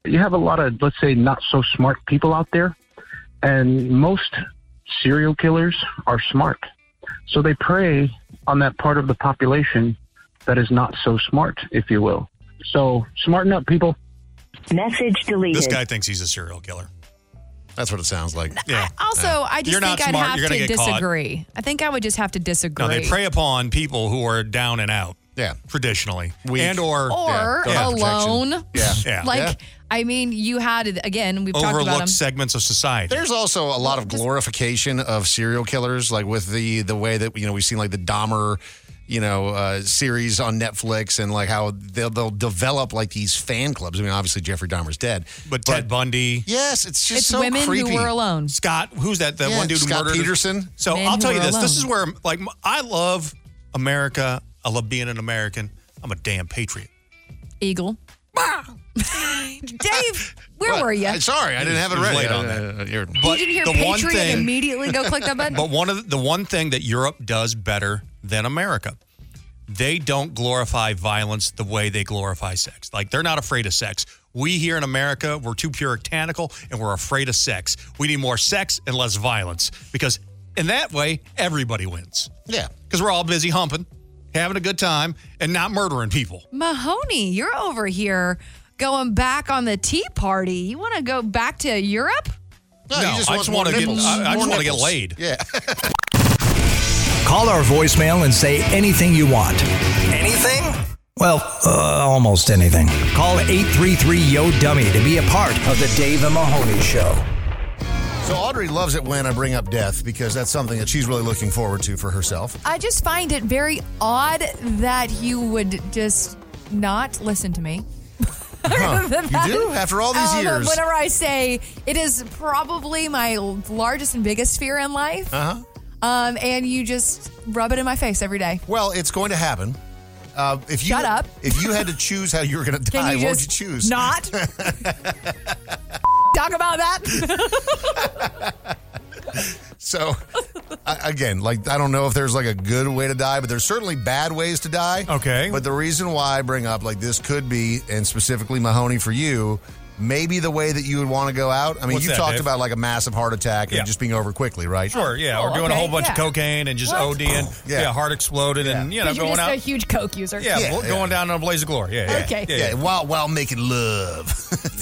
Speaker 10: You have a lot of, let's say, not so smart people out there, and most serial killers are smart. So they prey on that part of the population that is not so smart, if you will. So smarten up, people. Message deleted.
Speaker 4: this guy thinks he's a serial killer.
Speaker 1: That's what it sounds like.
Speaker 4: Yeah.
Speaker 3: Also, I just
Speaker 4: You're not
Speaker 3: think I'd
Speaker 4: smart.
Speaker 3: have
Speaker 4: You're gonna
Speaker 3: to
Speaker 4: get caught.
Speaker 3: disagree. I think I would just have to disagree.
Speaker 4: No, they prey upon people who are down and out.
Speaker 1: Yeah.
Speaker 4: Traditionally.
Speaker 1: Weak.
Speaker 4: And or
Speaker 3: or
Speaker 4: Yeah.
Speaker 3: alone.
Speaker 4: Yeah. Yeah.
Speaker 3: Like,
Speaker 4: Yeah.
Speaker 3: I mean, you had, again, we've talked about them.
Speaker 4: overlooked segments of society.
Speaker 1: There's also a lot of glorification of serial killers, like with the the way that you know we've seen like the Dahmer, you know, uh, series on Netflix, and like how they'll they'll develop like these fan clubs. I mean, obviously Jeffrey Dahmer's dead,
Speaker 4: But Ted Bundy.
Speaker 1: Yes, it's just so creepy.
Speaker 3: alone.
Speaker 4: Scott, who's that? That
Speaker 1: Yeah,
Speaker 4: one dude who
Speaker 1: Scott
Speaker 4: murdered
Speaker 1: Peterson.
Speaker 4: So
Speaker 1: Men
Speaker 4: I'll
Speaker 1: who
Speaker 4: tell you
Speaker 1: were
Speaker 4: this:
Speaker 1: alone.
Speaker 4: this is where like m- I love America. I love being an American. I'm a damn patriot.
Speaker 3: Eagle. Dave, where were you?
Speaker 1: Uh, Sorry, I didn't have it
Speaker 4: It was
Speaker 1: ready.
Speaker 4: late on
Speaker 1: Uh, you're-
Speaker 4: But
Speaker 3: didn't hear
Speaker 4: the one
Speaker 3: Patriot and
Speaker 4: thing-
Speaker 3: immediately go click that button?
Speaker 4: But one of the, the one thing that Europe does better than America, they don't glorify violence the way they glorify sex. Like they're not afraid of sex. We here in America, we're too puritanical and we're afraid of sex. We need more sex and less violence because in that way everybody wins.
Speaker 1: Yeah.
Speaker 4: Because we're all busy humping, having a good time, and not murdering people.
Speaker 12: Mahoney, you're over here going back on the Tea Party. You want to go back to Europe?
Speaker 4: No, you just I want just more wanna get- nipples. I- I just wanna get laid.
Speaker 1: Yeah.
Speaker 7: Call our voicemail and say anything you want. Anything? Well, uh, almost anything. Call 833 Yo Dummy to be a part of the Dave and Mahoney Show.
Speaker 1: So Audrey loves it when I bring up death because that's something that she's really looking forward to for herself.
Speaker 3: I just find it very odd that you would just not listen to me.
Speaker 1: Huh. You do after all these
Speaker 3: Um,
Speaker 1: years.
Speaker 3: Whenever I say it is probably my largest and biggest fear in life,
Speaker 1: Uh huh.
Speaker 3: um, and you just rub it in my face every day.
Speaker 1: Well, it's going to happen. Uh, if you,
Speaker 3: Shut up.
Speaker 1: If you had to choose how you were going to
Speaker 3: Can
Speaker 1: die,
Speaker 3: you
Speaker 1: what would you
Speaker 3: just
Speaker 1: choose?
Speaker 3: Not talk about that.
Speaker 1: So, I, again, like I don't know if there's like a good way to die, but there's certainly bad ways to die.
Speaker 4: Okay.
Speaker 1: But the reason why I bring up like this could be, and specifically Mahoney for you, maybe the way that you would want to go out. I mean,
Speaker 4: What's
Speaker 1: you
Speaker 4: that,
Speaker 1: talked
Speaker 4: Dave?
Speaker 1: about like a massive heart attack and
Speaker 4: Yeah.
Speaker 1: just being over quickly, right?
Speaker 4: Sure, yeah.
Speaker 3: Oh,
Speaker 4: or doing
Speaker 3: okay,
Speaker 4: a whole bunch of
Speaker 3: yeah.
Speaker 4: cocaine and just
Speaker 3: What?
Speaker 4: ODing.
Speaker 1: Yeah.
Speaker 4: Yeah. heart exploded and, you know,
Speaker 3: Because you're
Speaker 4: going
Speaker 3: just
Speaker 4: out.
Speaker 3: a huge coke user.
Speaker 4: yeah, well, going down on a blaze of glory. Yeah, yeah.
Speaker 3: Okay.
Speaker 4: Yeah,
Speaker 1: Yeah, while while making love.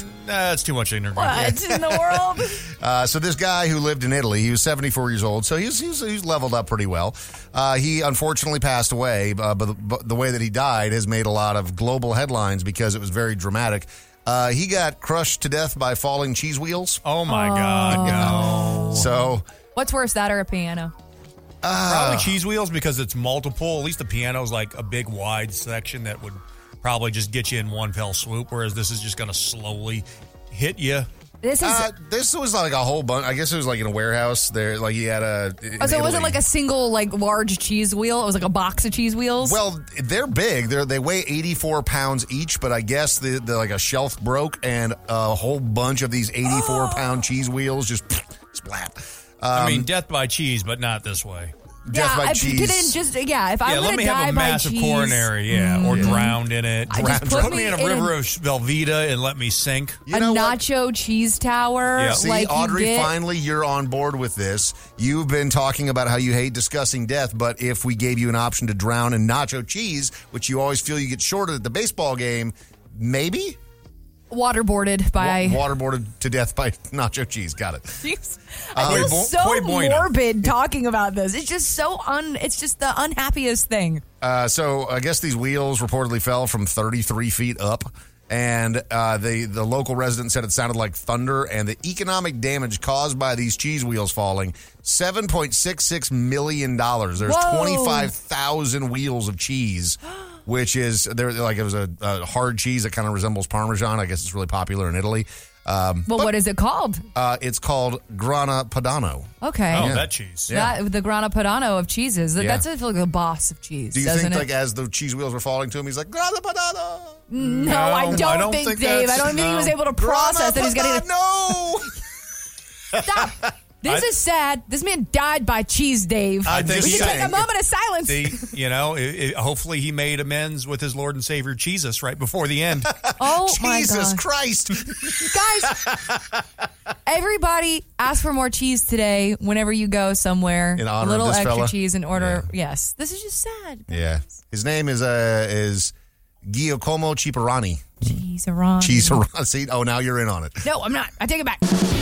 Speaker 4: That's too much ignorance.
Speaker 3: What in the world?
Speaker 1: Uh, so this guy who lived in Italy, he was 74 years old, so he's he's, he's leveled up pretty well. Uh, he unfortunately passed away, uh, but, the, but the way that he died has made a lot of global headlines because it was very dramatic. Uh, he got crushed to death by falling cheese wheels.
Speaker 4: Oh my God, no.
Speaker 1: So
Speaker 3: What's worse, that or a piano?
Speaker 4: Probably cheese wheels because it's multiple. At least the piano's like a big wide section that would probably just get you in one fell swoop, whereas this is just going to slowly hit you.
Speaker 3: This is.
Speaker 1: uh, this was like a whole bunch. I guess it was like in a warehouse. There, like he had a. in
Speaker 3: oh, so it wasn't
Speaker 1: Italy.
Speaker 3: like a single like large cheese wheel. It was like a box of cheese wheels.
Speaker 1: Well, they're big. They they weigh 84 pounds each, but I guess the, the like a shelf broke and a whole bunch of these 84
Speaker 3: Oh.
Speaker 1: pound cheese wheels just splat. Um,
Speaker 4: I mean, death by cheese, but not this way.
Speaker 1: death by
Speaker 3: if
Speaker 1: cheese.
Speaker 3: You didn't just yeah. If I'm
Speaker 4: yeah,
Speaker 3: gonna
Speaker 4: let me
Speaker 3: die
Speaker 4: have a
Speaker 3: by
Speaker 4: massive
Speaker 3: cheese,
Speaker 4: coronary, yeah, or drowned in it.
Speaker 3: I just put
Speaker 4: put me
Speaker 3: me
Speaker 4: in a
Speaker 3: in
Speaker 4: river
Speaker 3: a-
Speaker 4: of Velveeta and let me sink.
Speaker 1: You
Speaker 3: a
Speaker 1: know what?
Speaker 3: nacho cheese tower.
Speaker 4: Yeah.
Speaker 1: See,
Speaker 3: like you
Speaker 1: Audrey,
Speaker 3: get-
Speaker 1: finally you're on board with this. You've been talking about how you hate discussing death, but if we gave you an option to drown in nacho cheese, which you always feel you get shorted at the baseball game, maybe?
Speaker 3: waterboarded by.
Speaker 1: Wa- waterboarded to death by nacho cheese. Got it.
Speaker 3: Jeez. I
Speaker 1: Uh,
Speaker 3: feel
Speaker 1: Poi bu-
Speaker 3: so
Speaker 1: poi bueno.
Speaker 3: morbid talking about this. It's just so un. It's just the unhappiest thing.
Speaker 1: Uh, so I guess these wheels reportedly fell from 33 feet up, and uh, the the local resident said it sounded like thunder. And the economic damage caused by these cheese wheels falling 7.66 million dollars. There's
Speaker 3: Whoa.
Speaker 1: 25,000 wheels of cheese. Which is there like it was a, a hard cheese that kind of resembles Parmesan. I guess it's really popular in Italy. Um,
Speaker 3: Well, what is it called?
Speaker 1: uh, it's called Grana Padano.
Speaker 3: Okay.
Speaker 1: Oh, Yeah. that cheese. Yeah.
Speaker 3: That, the Grana Padano of cheeses. That,
Speaker 1: Yeah.
Speaker 3: That's like the boss of cheese,
Speaker 1: Do you
Speaker 3: doesn't
Speaker 1: think,
Speaker 3: it?
Speaker 1: like, as the cheese wheels were falling to him, he's like, Grana Padano?
Speaker 3: no, I don't, think, Dave. I don't think he was able to process that he's going to.
Speaker 1: No!
Speaker 3: Stop. This
Speaker 4: I-
Speaker 3: is sad. This man died by cheese, Dave.
Speaker 4: I think
Speaker 3: we
Speaker 4: he-
Speaker 3: should take a moment of silence.
Speaker 4: See, you know, it, it, hopefully he made amends with his Lord and Savior Jesus right before the end.
Speaker 3: Oh my
Speaker 4: Jesus
Speaker 3: God.
Speaker 1: Christ.
Speaker 3: Guys, everybody ask for more cheese today whenever you go somewhere.
Speaker 1: In honor of
Speaker 3: a little
Speaker 1: this
Speaker 3: extra
Speaker 1: fella.
Speaker 3: cheese in order. Yes. This is just sad.
Speaker 1: Yeah. His name is uh is Giacomo Ciparani.
Speaker 3: Cheese Iran.
Speaker 1: Cheese See, oh, now you're in on it.
Speaker 3: No, I'm not. I take it back.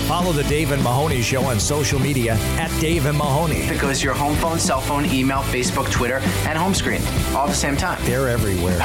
Speaker 7: Follow the Dave and Mahoney Show on social media at Dave and Mahoney.
Speaker 9: It goes to your home phone, cell phone, email, Facebook, Twitter, and home screen all at the same time.
Speaker 7: They're everywhere.